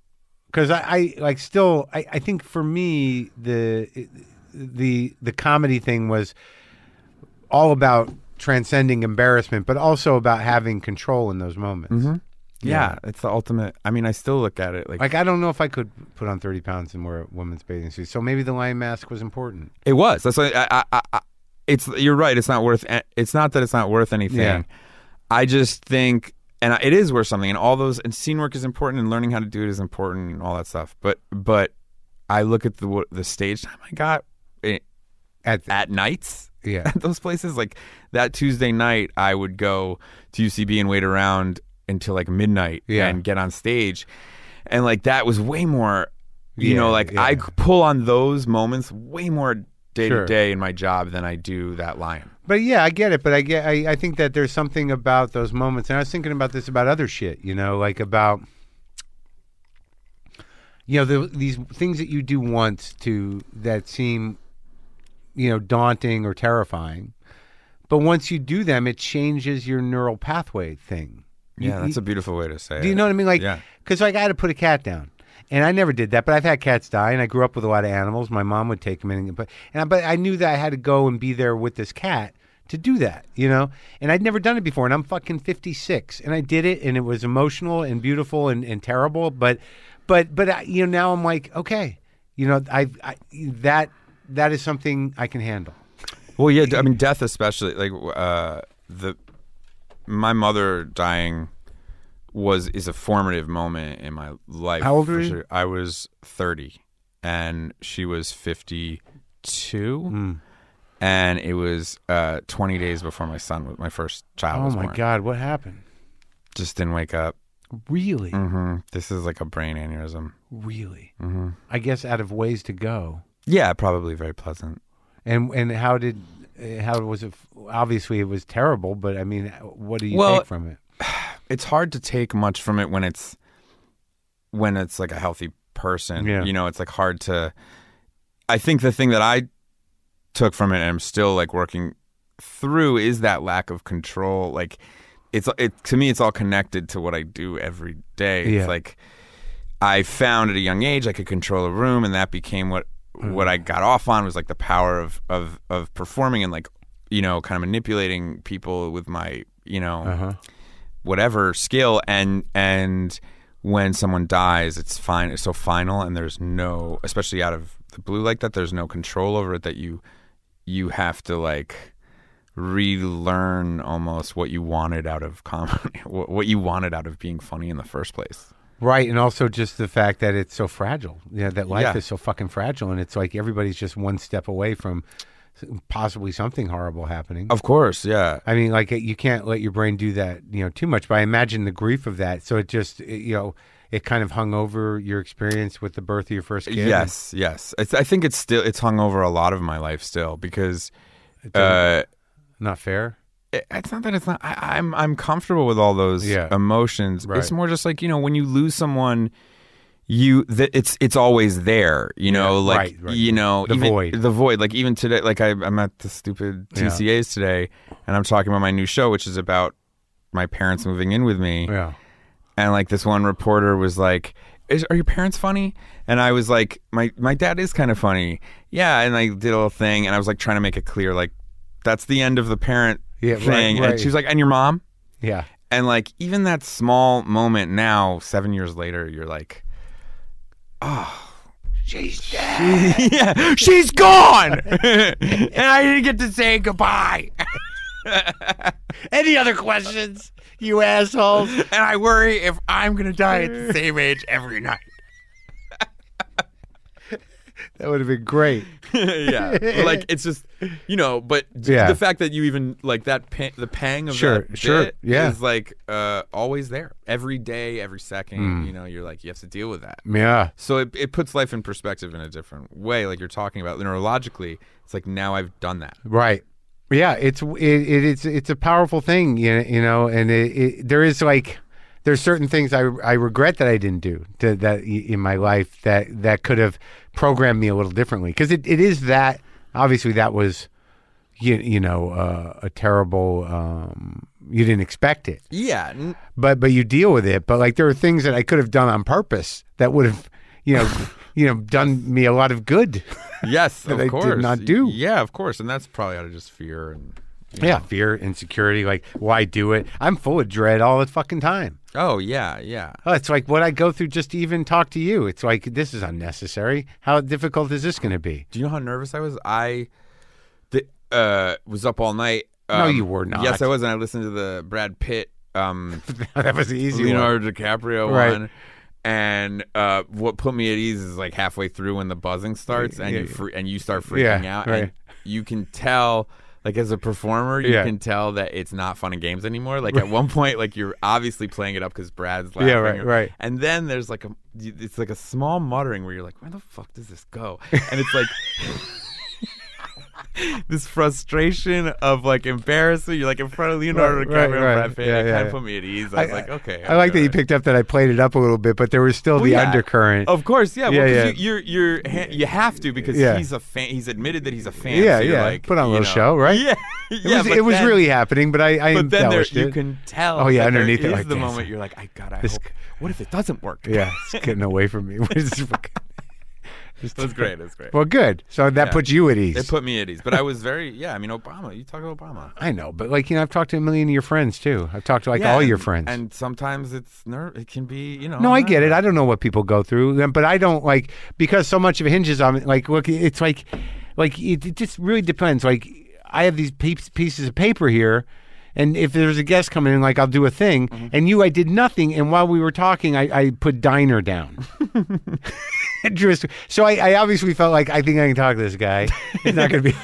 because I, I like still, I, I think for me the the the comedy thing was all about transcending embarrassment, but also about having control in those moments. Yeah, it's the ultimate. I mean, I still look at it like, Like I don't know if I could put on thirty pounds and wear a woman's bathing suit. So maybe the lion mask was important. it was. That's why I, I, I, I it's you're right. It's not worth. It's not that it's not worth anything. Yeah. I just think, and I- it is worth something. And all those and scene work is important, and learning how to do it is important, and all that stuff. But but I look at the the stage time I got eh, At the, at nights. yeah, at <laughs> those places. Like that Tuesday night, I would go to UCB and wait around until like midnight Yeah. and get on stage. And like that was way more, you Yeah, know, like I yeah. could pull on those moments way more day Sure. to day in my job than I do that lion. But yeah, I get it. But I get, I, I think that there's something about those moments. And I was thinking about this about other shit, you know, like about, you know, the, these things that you do once to that seem, you know, daunting or terrifying. But once you do them, it changes your neural pathway thing. Yeah, that's a beautiful way to say it. Do you know what I mean? Like, Yeah. because like I had to put a cat down. And I never did that, but I've had cats die, and I grew up with a lot of animals. My mom would take them in, and- but and I, but I knew that I had to go and be there with this cat to do that, you know. And I'd never done it before, and I'm fucking 56, and I did it, and it was emotional and beautiful and, and terrible, but but but I, you know now I'm like okay, you know I, I that that is something I can handle. Well, yeah, I mean, death especially, like uh, the my mother dying was is a formative moment in my life. How old for were you? sure. I was thirty, and she was fifty two, Hmm. and it was uh, twenty days before my son, was, my first child, Oh was my born. god, what happened? Just didn't wake up. Really, hmm This is like a brain aneurysm. Mm-hmm. really. I guess out of ways to go. Yeah, probably very pleasant. And and how did uh, how was it? Obviously, it was terrible. But I mean, what do you Well- take from it? it's hard to take much from it when it's when it's like a healthy person. Yeah. You know, it's like hard to I think the thing that I took from it and I'm still like working through is that lack of control. Like it's it to me it's all connected to what I do every day. Yeah. It's like I found at a young age I could control a room, and that became what Mm. what I got off on was like the power of of of performing and like you know kind of manipulating people with my you know Uh-huh. whatever skill and and when someone dies it's fine it's so final and there's no especially out of the blue like that there's no control over it that you you have to like relearn almost what you wanted out of comedy <laughs> what what you wanted out of being funny in the first place Right, and also just the fact that it's so fragile. Yeah, that life Yeah. is so fucking fragile, and it's like everybody's just one step away from possibly something horrible happening. of course yeah I mean, like you can't let your brain do that, you know, too much. But I imagine the grief of that. So it just, it, you know, it kind of hung over your experience with the birth of your first kid. Yes, yes. It's, I think it's still it's hung over a lot of my life still because uh, not fair. it- it's not that it's not. I, I'm I'm comfortable with all those Yeah. emotions. Right. It's more just like you know when you lose someone, you th- it's it's always there. You know, Yeah, like right, right. you know The even- void. the void. Like even today, like I, I'm at the stupid Yeah. TCAs today, and I'm talking about my new show, which is about my parents moving in with me Yeah, and like this one reporter was like is, are your parents funny and i was like my my dad is kind of funny yeah and i did a little thing and i was like trying to make it clear like that's the end of the parent Yeah, right, thing right. and she was like and your mom yeah. and like even that small moment now 7 years later you're like oh <laughs> she's dead yeah she's gone <laughs> and i didn't get to say goodbye <laughs> Any other questions, you assholes? and i worry if i'm going to die at the same age every night That would have been great. <laughs> yeah, But, like it's just you know, but j- Yeah. the fact that you even like that pa- the pang of Sure, that sure, bit yeah. is like uh, always there every day, every second. Hmm. You know, you're like you have to deal with that. Yeah. So it it puts life in perspective in a different way. Like you're talking about neurologically, it's like now I've done that. Right. Yeah, it's it, it, it's it's a powerful thing, you, you know, and it, it, there is like there's certain things I I regret that I didn't do to, that in my life that that could have programmed me a little differently because it, it is that obviously that was you, you know uh, a terrible um, you didn't expect it Yeah, n- but but you deal with it. But like there are things that I could have done on purpose that would have you know <laughs> you know done me a lot of good. yes, <laughs> That of I did course. not do. Yeah, of course, and that's probably out of just fear and. Yeah, fear, insecurity, like why do it? I'm full of dread all the fucking time. Oh yeah, yeah. Oh, it's like what I go through just to even talk to you. It's like this is unnecessary. How difficult is this going to be? <laughs> Do you know how nervous I was? I th- uh, was up all night. um, No, you were not. Yes, I was, and I listened to the Brad Pitt, um, that was the easy one. Leonardo DiCaprio Right. one. And uh, what put me at ease is like halfway through when the buzzing starts, and Yeah, you yeah. fre- and you start freaking Yeah, out. right. And you can tell, like as a performer, you Yeah. can tell that it's not fun and games anymore. Like at one point, like you're obviously playing it up because Brad's laughing. right, right. And then there's like a, it's like a small muttering where you're like, where the fuck does this go? And it's like. <laughs> this frustration of like embarrassment. You're like in front of Leonardo Right, DiCaprio right, and right. Brad Pitt. Yeah, it yeah, kind yeah. of put me at ease. I was like, okay. I like that you picked. picked up that I played it up a little bit, but there was still the Well, Oh, yeah. undercurrent. Of course, yeah. Yeah, well, 'cause yeah. You, you're you're ha- you have to because Yeah. he's a fan. He's admitted that he's a fan. Yeah, so you're yeah. Like, Put on a you little know. show, right? Yeah, <laughs> it yeah. was, but it was then- really happening, but I, I But then there, embellished you it. can tell. Oh, yeah, that there underneath it, is like, the damn, moment you're like, I gotta. this- hope- What if it doesn't work? yeah, it's getting away from me. <laughs> It's fucking- <laughs> it was great. It was great. well, good. So that Yeah. puts you at ease. It put me at ease. But I <laughs> was very yeah. I mean, Obama. You talk about Obama. I know, but like you know, I've talked to a million of your friends too. I've talked to like Yeah, all your and- friends. And sometimes it's nerve. It can be you know. uh, No, I get it. I don't know what people go through, um, but I don't like because so much of it hinges on like look. It's like, like it, it just really depends. Like I have these pe- pieces of paper here, and if there's a guest coming in, like I'll do a thing, and you, I did nothing, and while we were talking, I, I put diner down. <laughs> Just- so I, I obviously felt like I think I can talk to this guy. It's not gonna be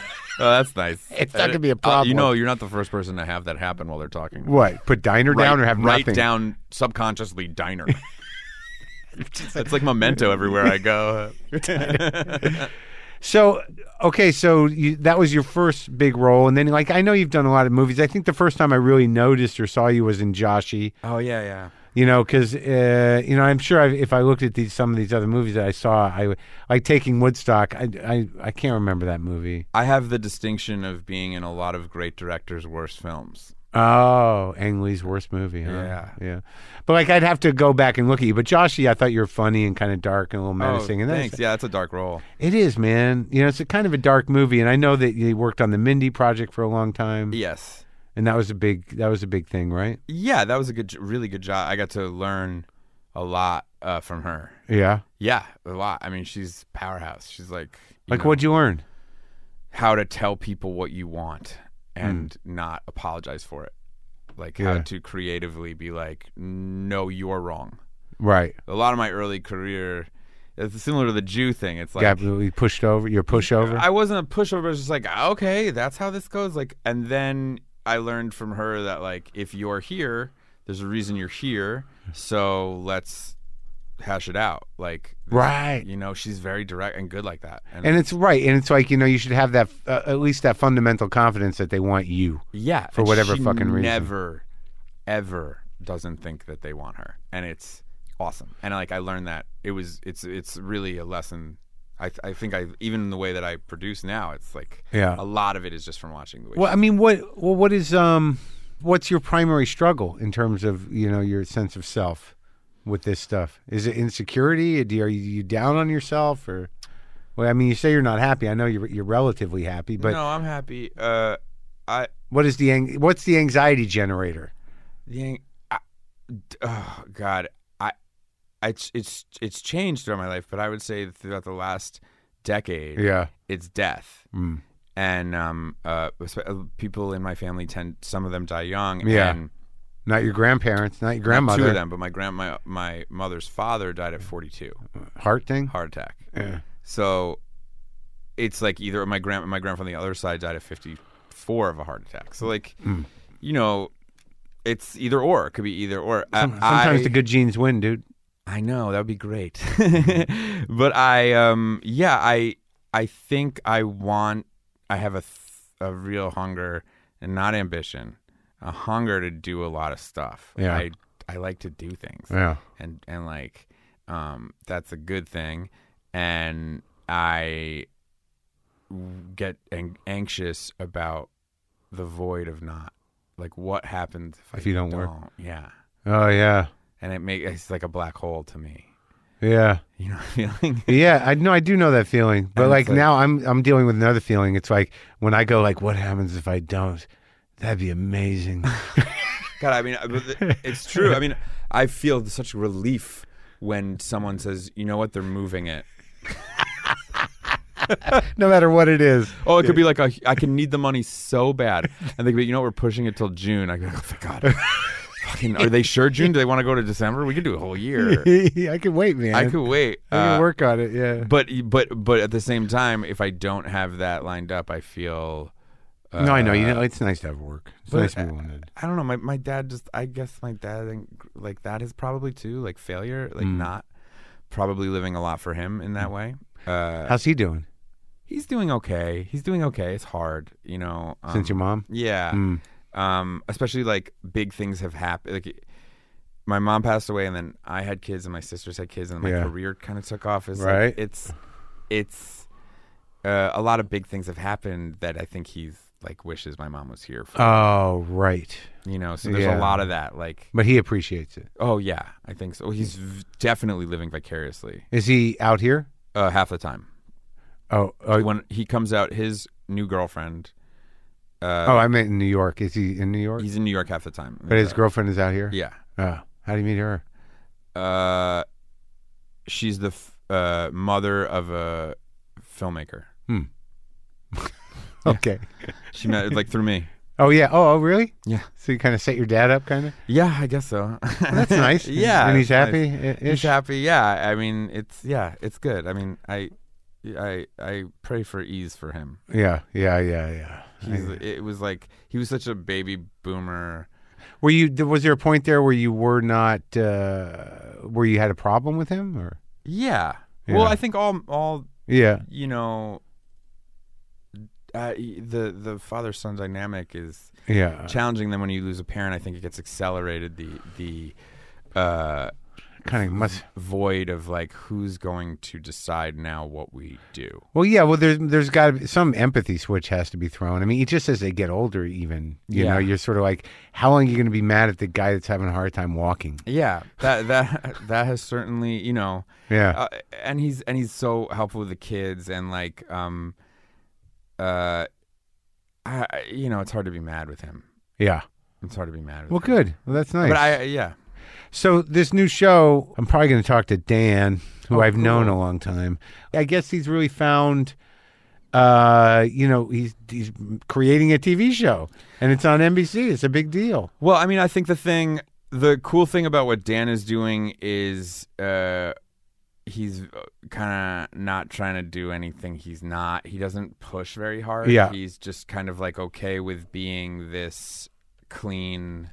Oh, that's nice. <laughs> It's not gonna be a Uh, problem. you know, you're not the first person to have that happen while they're talking. what put diner down or have write nothing. down subconsciously <laughs> diner. it's like memento everywhere I go. So okay, so you, that was your first big role, and then like I know you've done a lot of movies. I think the first time I really noticed or saw you was in Joshi. <laughs> oh yeah, yeah. You know, because uh, you know I'm sure i if I looked at these some of these other movies that I saw, I w- like Taking Woodstock. I, I I can't remember that movie. I have the distinction of being in a lot of great directors' worst films. Oh, Ang Lee's worst movie. Huh? Yeah. yeah. But like I'd have to go back and look at you. But Joshi, I thought you were funny and kind of dark and a little menacing. and that's Oh, thanks. Yeah, that's a dark role. it is, man. You know, it's a kind of a dark movie, and I know that you worked on the Mindy project for a long time. Yes. And that was a big that was a big thing, right? Yeah, that was a good, j- really good job. I got to learn a lot uh, from her. Yeah. Yeah, a lot. I mean, she's powerhouse. She's like, you Like know, what'd you learn? how to tell people what you want and not apologize for it. Like how Hmm. Yeah. to creatively be like, no, you're wrong. Right. A lot of my early career, it's similar to the Jew thing. It's like Got really pushed over. You're a pushover. I wasn't a pushover. It's just like okay, that's how this goes. Like, and then I learned from her that like if you're here, there's a reason you're here. So let's hash it out. Like, right. you know, she's very direct and good like that. And, And it's right. And it's like, you know, you should have that uh, at least that fundamental confidence that they want you. Yeah, for and whatever she fucking reason. Never, ever doesn't think that they want her, and it's awesome. And like I learned that it was it's it's really a lesson. I I think I even in the way that I produce now, it's like Yeah. a lot of it is just from watching the way. Well, I mean, what well what is um what's your primary struggle in terms of, you know, your sense of self with this stuff? Is it insecurity? Do are you, you down on yourself or well, I mean, you say you're not happy. I know you're you're relatively happy, but no, I'm happy. Uh, I what is the ang- what's the anxiety generator? the ang- I, d- oh god, I it's it's it's changed throughout my life, but I would say throughout the last decade, Yeah. it's death. Mm. And um, uh, espe- uh, people in my family tend some of them die young. Yeah. and Not your grandparents, not your Not grandmother. Two of them, but my grand my my mother's father died at 42, Heart thing? heart attack. Yeah. So it's like either my grand my grandfather on the other side died at 54 of a heart attack. So like, Hmm. you know, it's either or. It could be either or. I- Sometimes I, the good genes win, dude. I know that would be great, <laughs> but I um yeah I I think I want I have a th- a real hunger and not ambition, a hunger to do a lot of stuff. Yeah. I I like to do things Yeah. and and like um that's a good thing and i get an- anxious about the void of not like what happens if, If I you don't work. yeah Oh yeah. and it makes it's like a black hole to me Yeah. you know what i'm feeling <laughs> Yeah, I know I do know that feeling. But And like, it's like- now I'm I'm dealing with another feeling. It's like when I go like what happens if I don't? That'd be <laughs> amazing. god i mean but th- it's true i mean i feel such relief when someone says you know what they're moving it no matter what it is. <laughs> Oh, it could be like a, I can need the money so bad, and they could be, you know, what, we're pushing it till June. I go, oh, thank <laughs> God. Fucking, are they sure June? Do they want to go to December? We could do a whole year. I could wait, man. I could wait. I can Uh, work on it, yeah. But but but at the same time, if I don't have that lined up, I feel no, I know. You know, it's nice to have work. It's uh, but- uh, nice to be wanted. I don't know. My my dad just I guess my dad and like that is probably too like Mm. failure, like not probably living a lot for him in that way. Uh, How's he doing? he's doing okay. He's doing okay. It's hard, you know. um, Since your mom? Hmm. yeah. Um, especially like big things have happened. Like my mom passed away, and then I had kids, and my sisters had kids, and my Yeah. career kind of took off. It's like, Right. it's it's uh, a lot of big things have happened that I think he's like wishes my mom was here for. Oh, right. you know, so there's yeah. a lot of that. Like, But he appreciates it. oh yeah, I think so. He's v- definitely living vicariously Is he out here? uh, half the time. Oh, oh, When he comes out, his new girlfriend. oh, I meant in New York. Is he in New York? He's in New York half the time. But his girlfriend is out here. yeah. Oh, how do you meet her? Uh, she's the f- uh, mother of a filmmaker. Okay. She <laughs> met like through me. Oh yeah. Oh, oh, really? Yeah. So you kind of set your dad up, kind of. Yeah, I guess so. <laughs> That's nice. yeah, And he's it's happy. nice. i- He's ish? happy. Yeah. I mean, it's yeah, it's good. I mean, I, I, I pray for ease for him. Yeah. Yeah. Yeah. Yeah. He's, it was like he was such a baby boomer. Were you? th- Was there a point there where you were not? Uh, where you had a problem with him, or? Yeah. Well, Yeah. I think all all Yeah. you know. Uh, the the father son dynamic is Yeah. challenging them when you lose a parent. I think it gets accelerated the the uh, Kind of must. void of like who's going to decide now what we do. Well, yeah. Well, there's there's got to be some empathy switch has to be thrown. I mean, it just as they get older, even you Yeah. know, you're sort of like, how long are you going to be mad at the guy that's having a hard time walking? Yeah, that that <laughs> that has certainly you know, Yeah. uh, and he's and he's so helpful with the kids and like um, uh, I I- you know it's hard to be mad with him. yeah. It's hard to be mad with Well, him. good. Well, that's nice. But I yeah So this new show, I'm probably going to talk to Dan, Oh, who I've known a long time. I guess he's really found, uh, you know, he's he's creating a TV show, and it's on NBC. It's a big deal. Well, I mean, I think the thing, the cool thing about what Dan is doing is uh, he's kind of not trying to do anything. He's not, he doesn't push very hard. Yeah. He's just kind of like okay with being this clean,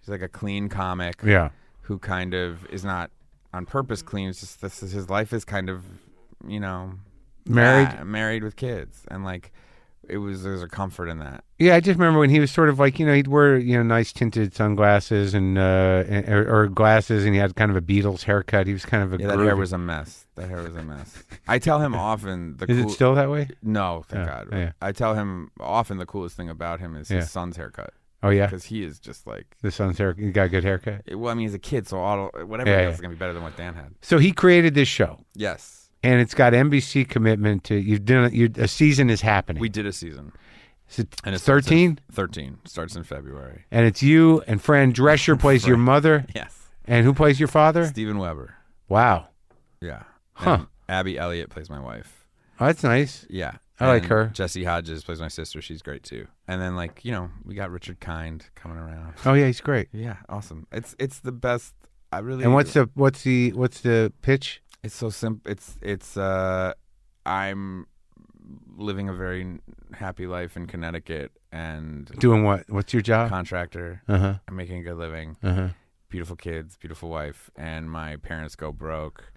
he's like a clean comic Yeah, who kind of is not on purpose clean. It's just this is, his life is kind of, you know, married. ah, married with kids. And like, it was, there's a comfort in that. Yeah, I just remember when he was sort of like, you know, he'd wear you know nice tinted sunglasses and uh, and- or, or glasses, and he had kind of a Beatles haircut. He was kind of a Yeah, that hair groovy- was a mess. That hair was a mess. I tell <laughs> him often the Is cool- it still that way? no, thank God. yeah. I tell him often the coolest thing about him is his Yeah. son's haircut Oh yeah, because he is just like. eh, the son's hair. You got a good haircut. Well, I mean, he's a kid, so auto, whatever Yeah, he does yeah. is gonna be better than what Dan had. So he created this show, Yes, and it's got NBC commitment to. You've done you a season is happening. we did a season, Is it and it starts in- 13? Thirteen starts in February. And it's you and Fran Drescher <laughs> plays your mother. Yes, And who plays your father? Steven Weber. Wow. Yeah. Huh. And Abby Elliott plays my wife. Oh, that's nice. Yeah. I like And her. Jesse Hodges plays my sister. She's great too. And then like you know we got Richard Kind coming around. Oh yeah, he's great. Yeah, awesome. It's it's the best. I really And what's the what's the what's the pitch? It's so simple. It's it's uh, I'm living a very n- happy life in Connecticut and Doing what? What's your job? contractor. Uh huh. I'm making a good living. Uh huh. Beautiful kids, beautiful wife, and my parents go broke,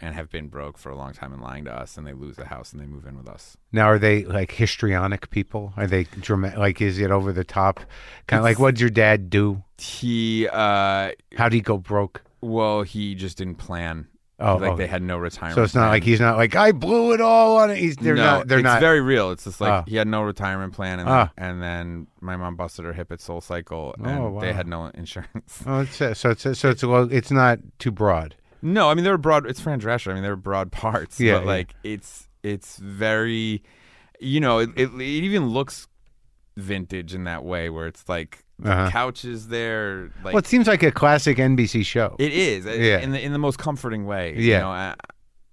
and have been broke for a long time and lying to us, and they lose the house and they move in with us. Now are they like histrionic people? Are they dramatic? Like is it over the top? Kind of like what'd your dad do? He uh, How'd he go broke? well, he just didn't plan. Oh, like oh. they had no retirement. So it's not plan. like he's not like I blew it all on it. He's they're no, not. They're it's not. very real. It's just like Ah. he had no retirement plan, and, Ah. and then my mom busted her hip at Soul Cycle, and Oh, wow. they had no insurance. <laughs> oh, it's, uh, so it's uh, so it's well, it's not too broad. no, I mean they were broad. It's Fran Drescher. I mean they were broad parts. Yeah, but yeah. like it's it's very, you know, it, it, it even looks vintage in that way where it's like the Uh-huh. couches there. Like Well, it seems like a classic NBC show. it is uh, Yeah. in the in the most comforting way. you Yeah. know, I-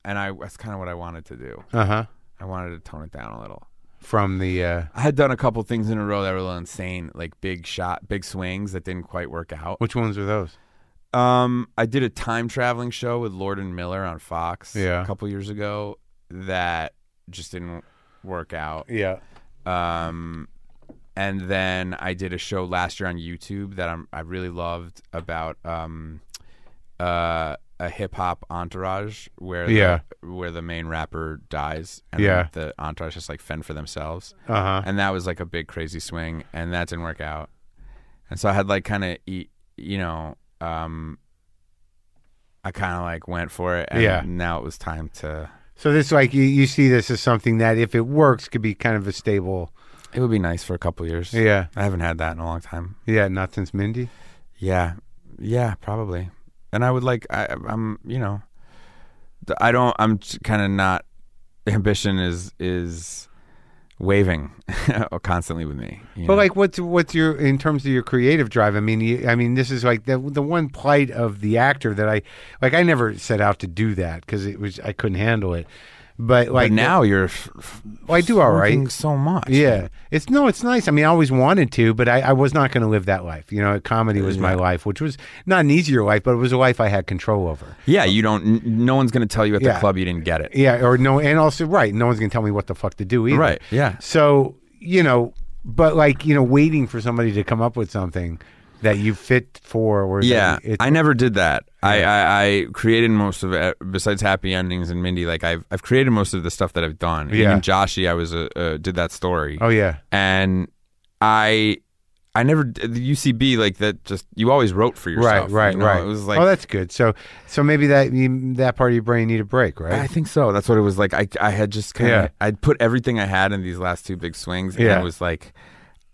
and I that's kind of what I wanted to do. Uh huh. I wanted to tone it down a little. From the uh, I had done a couple things in a row that were a little insane, like big shot, big swings that didn't quite work out. Which ones are those? Um, I did a time traveling show with Lord and Miller on Fox Yeah. a couple years ago that just didn't work out. Yeah. Um, and then I did a show last year on YouTube that I'm, I really loved about um, uh, a hip hop entourage where Yeah. the, where the main rapper dies and Yeah. the entourage just like fend for themselves. Uh-huh. And that was like a big crazy swing and that didn't work out. And so I had like kind of you know um I kind of like went for it and Yeah. now it was time to So this like you, you see this as something that if it works could be kind of a stable. it would be nice for a couple years. Yeah. I haven't had that in a long time. Yeah, not since Mindy. Yeah, yeah, probably. And I would like, I, I'm, you know, th- I don't, I'm kind of not. Ambition is is waving <laughs> constantly with me. you know? But like, what's what's your in terms of your creative drive? I mean, you, I mean, this is like the the one plight of the actor that I like. I never set out to do that because it was I couldn't handle it. But But like now you're f- f- well, I do all right. working so much. Yeah, it's no, it's nice. I mean, I always wanted to, but I, I was not going to live that life. You know, comedy was my life, which was not an easier life, but it was a life I had control over. yeah. You don't. n- No one's going to tell you at the Yeah. club you didn't get it. Yeah, or no, and also right, no one's going to tell me what the fuck to do either. Right, yeah. So you know, but like you know, waiting for somebody to come up with something that you fit for, or that Yeah, you- it- I never did that. I, I I created most of it besides happy endings and Mindy. Like I've I've created most of the stuff that I've done. Yeah. Even Joshy, I was a, uh, did that story. oh yeah, and I I never the UCB like that just you always wrote for yourself. right, right, you know? right. It was like oh, that's good. So so maybe that you, that part of your brain need a break, right? I think so. That's what it was like. I I had just kind of Yeah. I'd put everything I had in these last two big swings and Yeah. it was like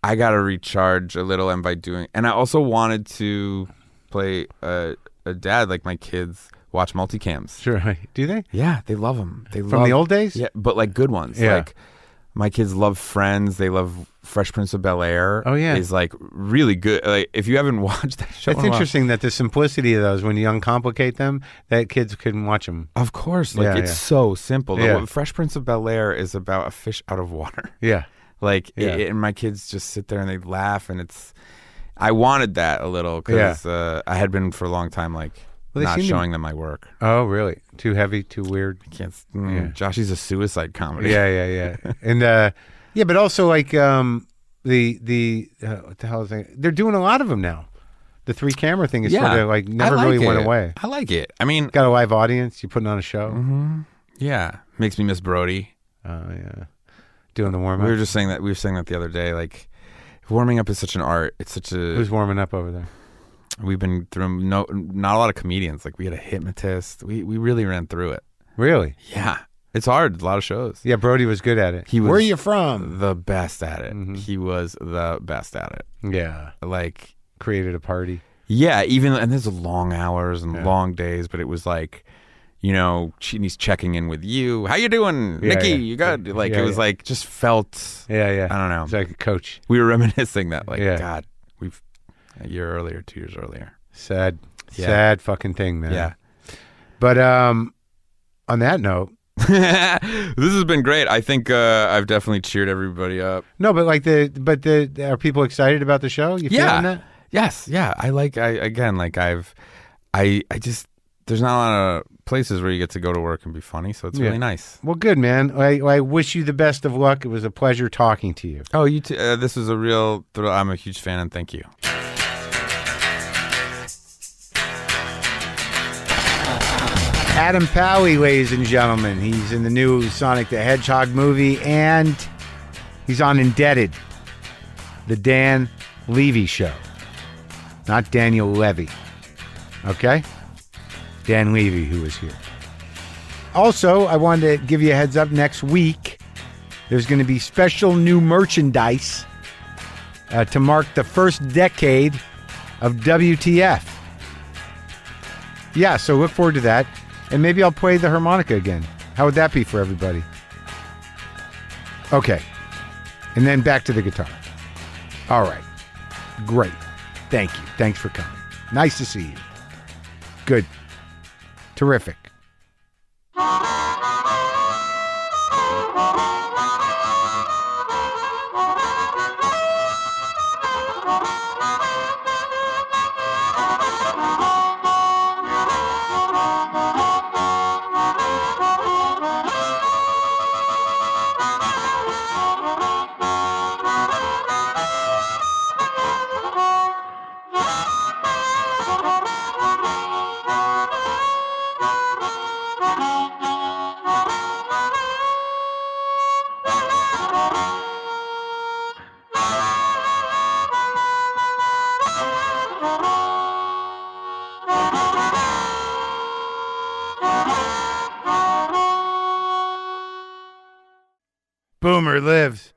I got to recharge a little and by doing and I also wanted to play a a dad like my kids watch multicams. <laughs> sure. Do they? Yeah, they love them. They From love, the old days? Yeah, but like good ones. Yeah. Like my kids love Friends. They love Fresh Prince of Bel Air. Oh, yeah. is like really good. Like if you haven't <laughs> watched that show, It's in a while- interesting that the simplicity of those, when you uncomplicate them, that kids couldn't watch them. Of course, like Yeah, it's yeah. so simple. The- Yeah. Fresh Prince of Bel Air is about a fish out of water. Yeah. Like, Yeah. it, and my kids just sit there and they laugh, and it's. I wanted that a little because uh, I had been for a long time like Well, they not seem to- showing them my work. Oh, really? Too heavy, too <laughs> weird. Can't. s- Mm, Josh, he's a suicide comedy. <laughs> Yeah, yeah, yeah. and uh, yeah, but also like um, the the uh, what the hell is it? They're doing a lot of them now. The three camera thing is sort of like I never really like went it. away. I like it. I mean, Got a live audience. You're putting on a show. Mm-hmm. Yeah, makes me miss Brody. Oh yeah, doing the warm We were up. just saying that we were saying that the other day. Like, warming up is such an art. It's such a Who's warming up over there? we've been through no not a lot of comedians. Like we had a hypnotist. We we really ran through it. Really? Yeah, it's hard. A lot of shows. Yeah, Brody was good at it. He was Where are you from? the best at it. Mm-hmm. He was the best at it. Yeah, Like created a party. yeah, even and there's long hours and long days, but it was like. You know, che- he's checking in with you. How you doing, Yeah, Nikki? yeah. You good? Like Yeah, it was yeah. like just felt. Yeah, yeah. I don't know. It's like a coach. we were <laughs> reminiscing that like Yeah. god we've a year earlier two years earlier <laughs> Sad, Yeah. sad fucking thing, man. But um, on that note, this has been great i think uh, i've definitely cheered everybody up no, but like the but the are people excited about the show? You feeling that? yes yeah i like i again like i've i i just there's not a lot of places where you get to go to work and be funny so it's Yeah. really nice Well, good man. I, I wish you the best of luck. It was a pleasure talking to you. oh you too uh, this is a real thrill i'm a huge fan and thank you Adam Pally, ladies and gentlemen, he's in the new Sonic the Hedgehog movie, and he's on Indebted, the Dan Levy show, not Daniel Levy. Okay, Dan Levy, who is here. Also, I wanted to give you a heads up. Next week, there's going to be special new merchandise uh, to mark the first decade of WTF. Yeah, so look forward to that. And maybe I'll play the harmonica again. How would that be for everybody? Okay. And then back to the guitar. All right. Great. Thank you. Thanks for coming. Nice to see you. Good. Terrific. Boomer lives.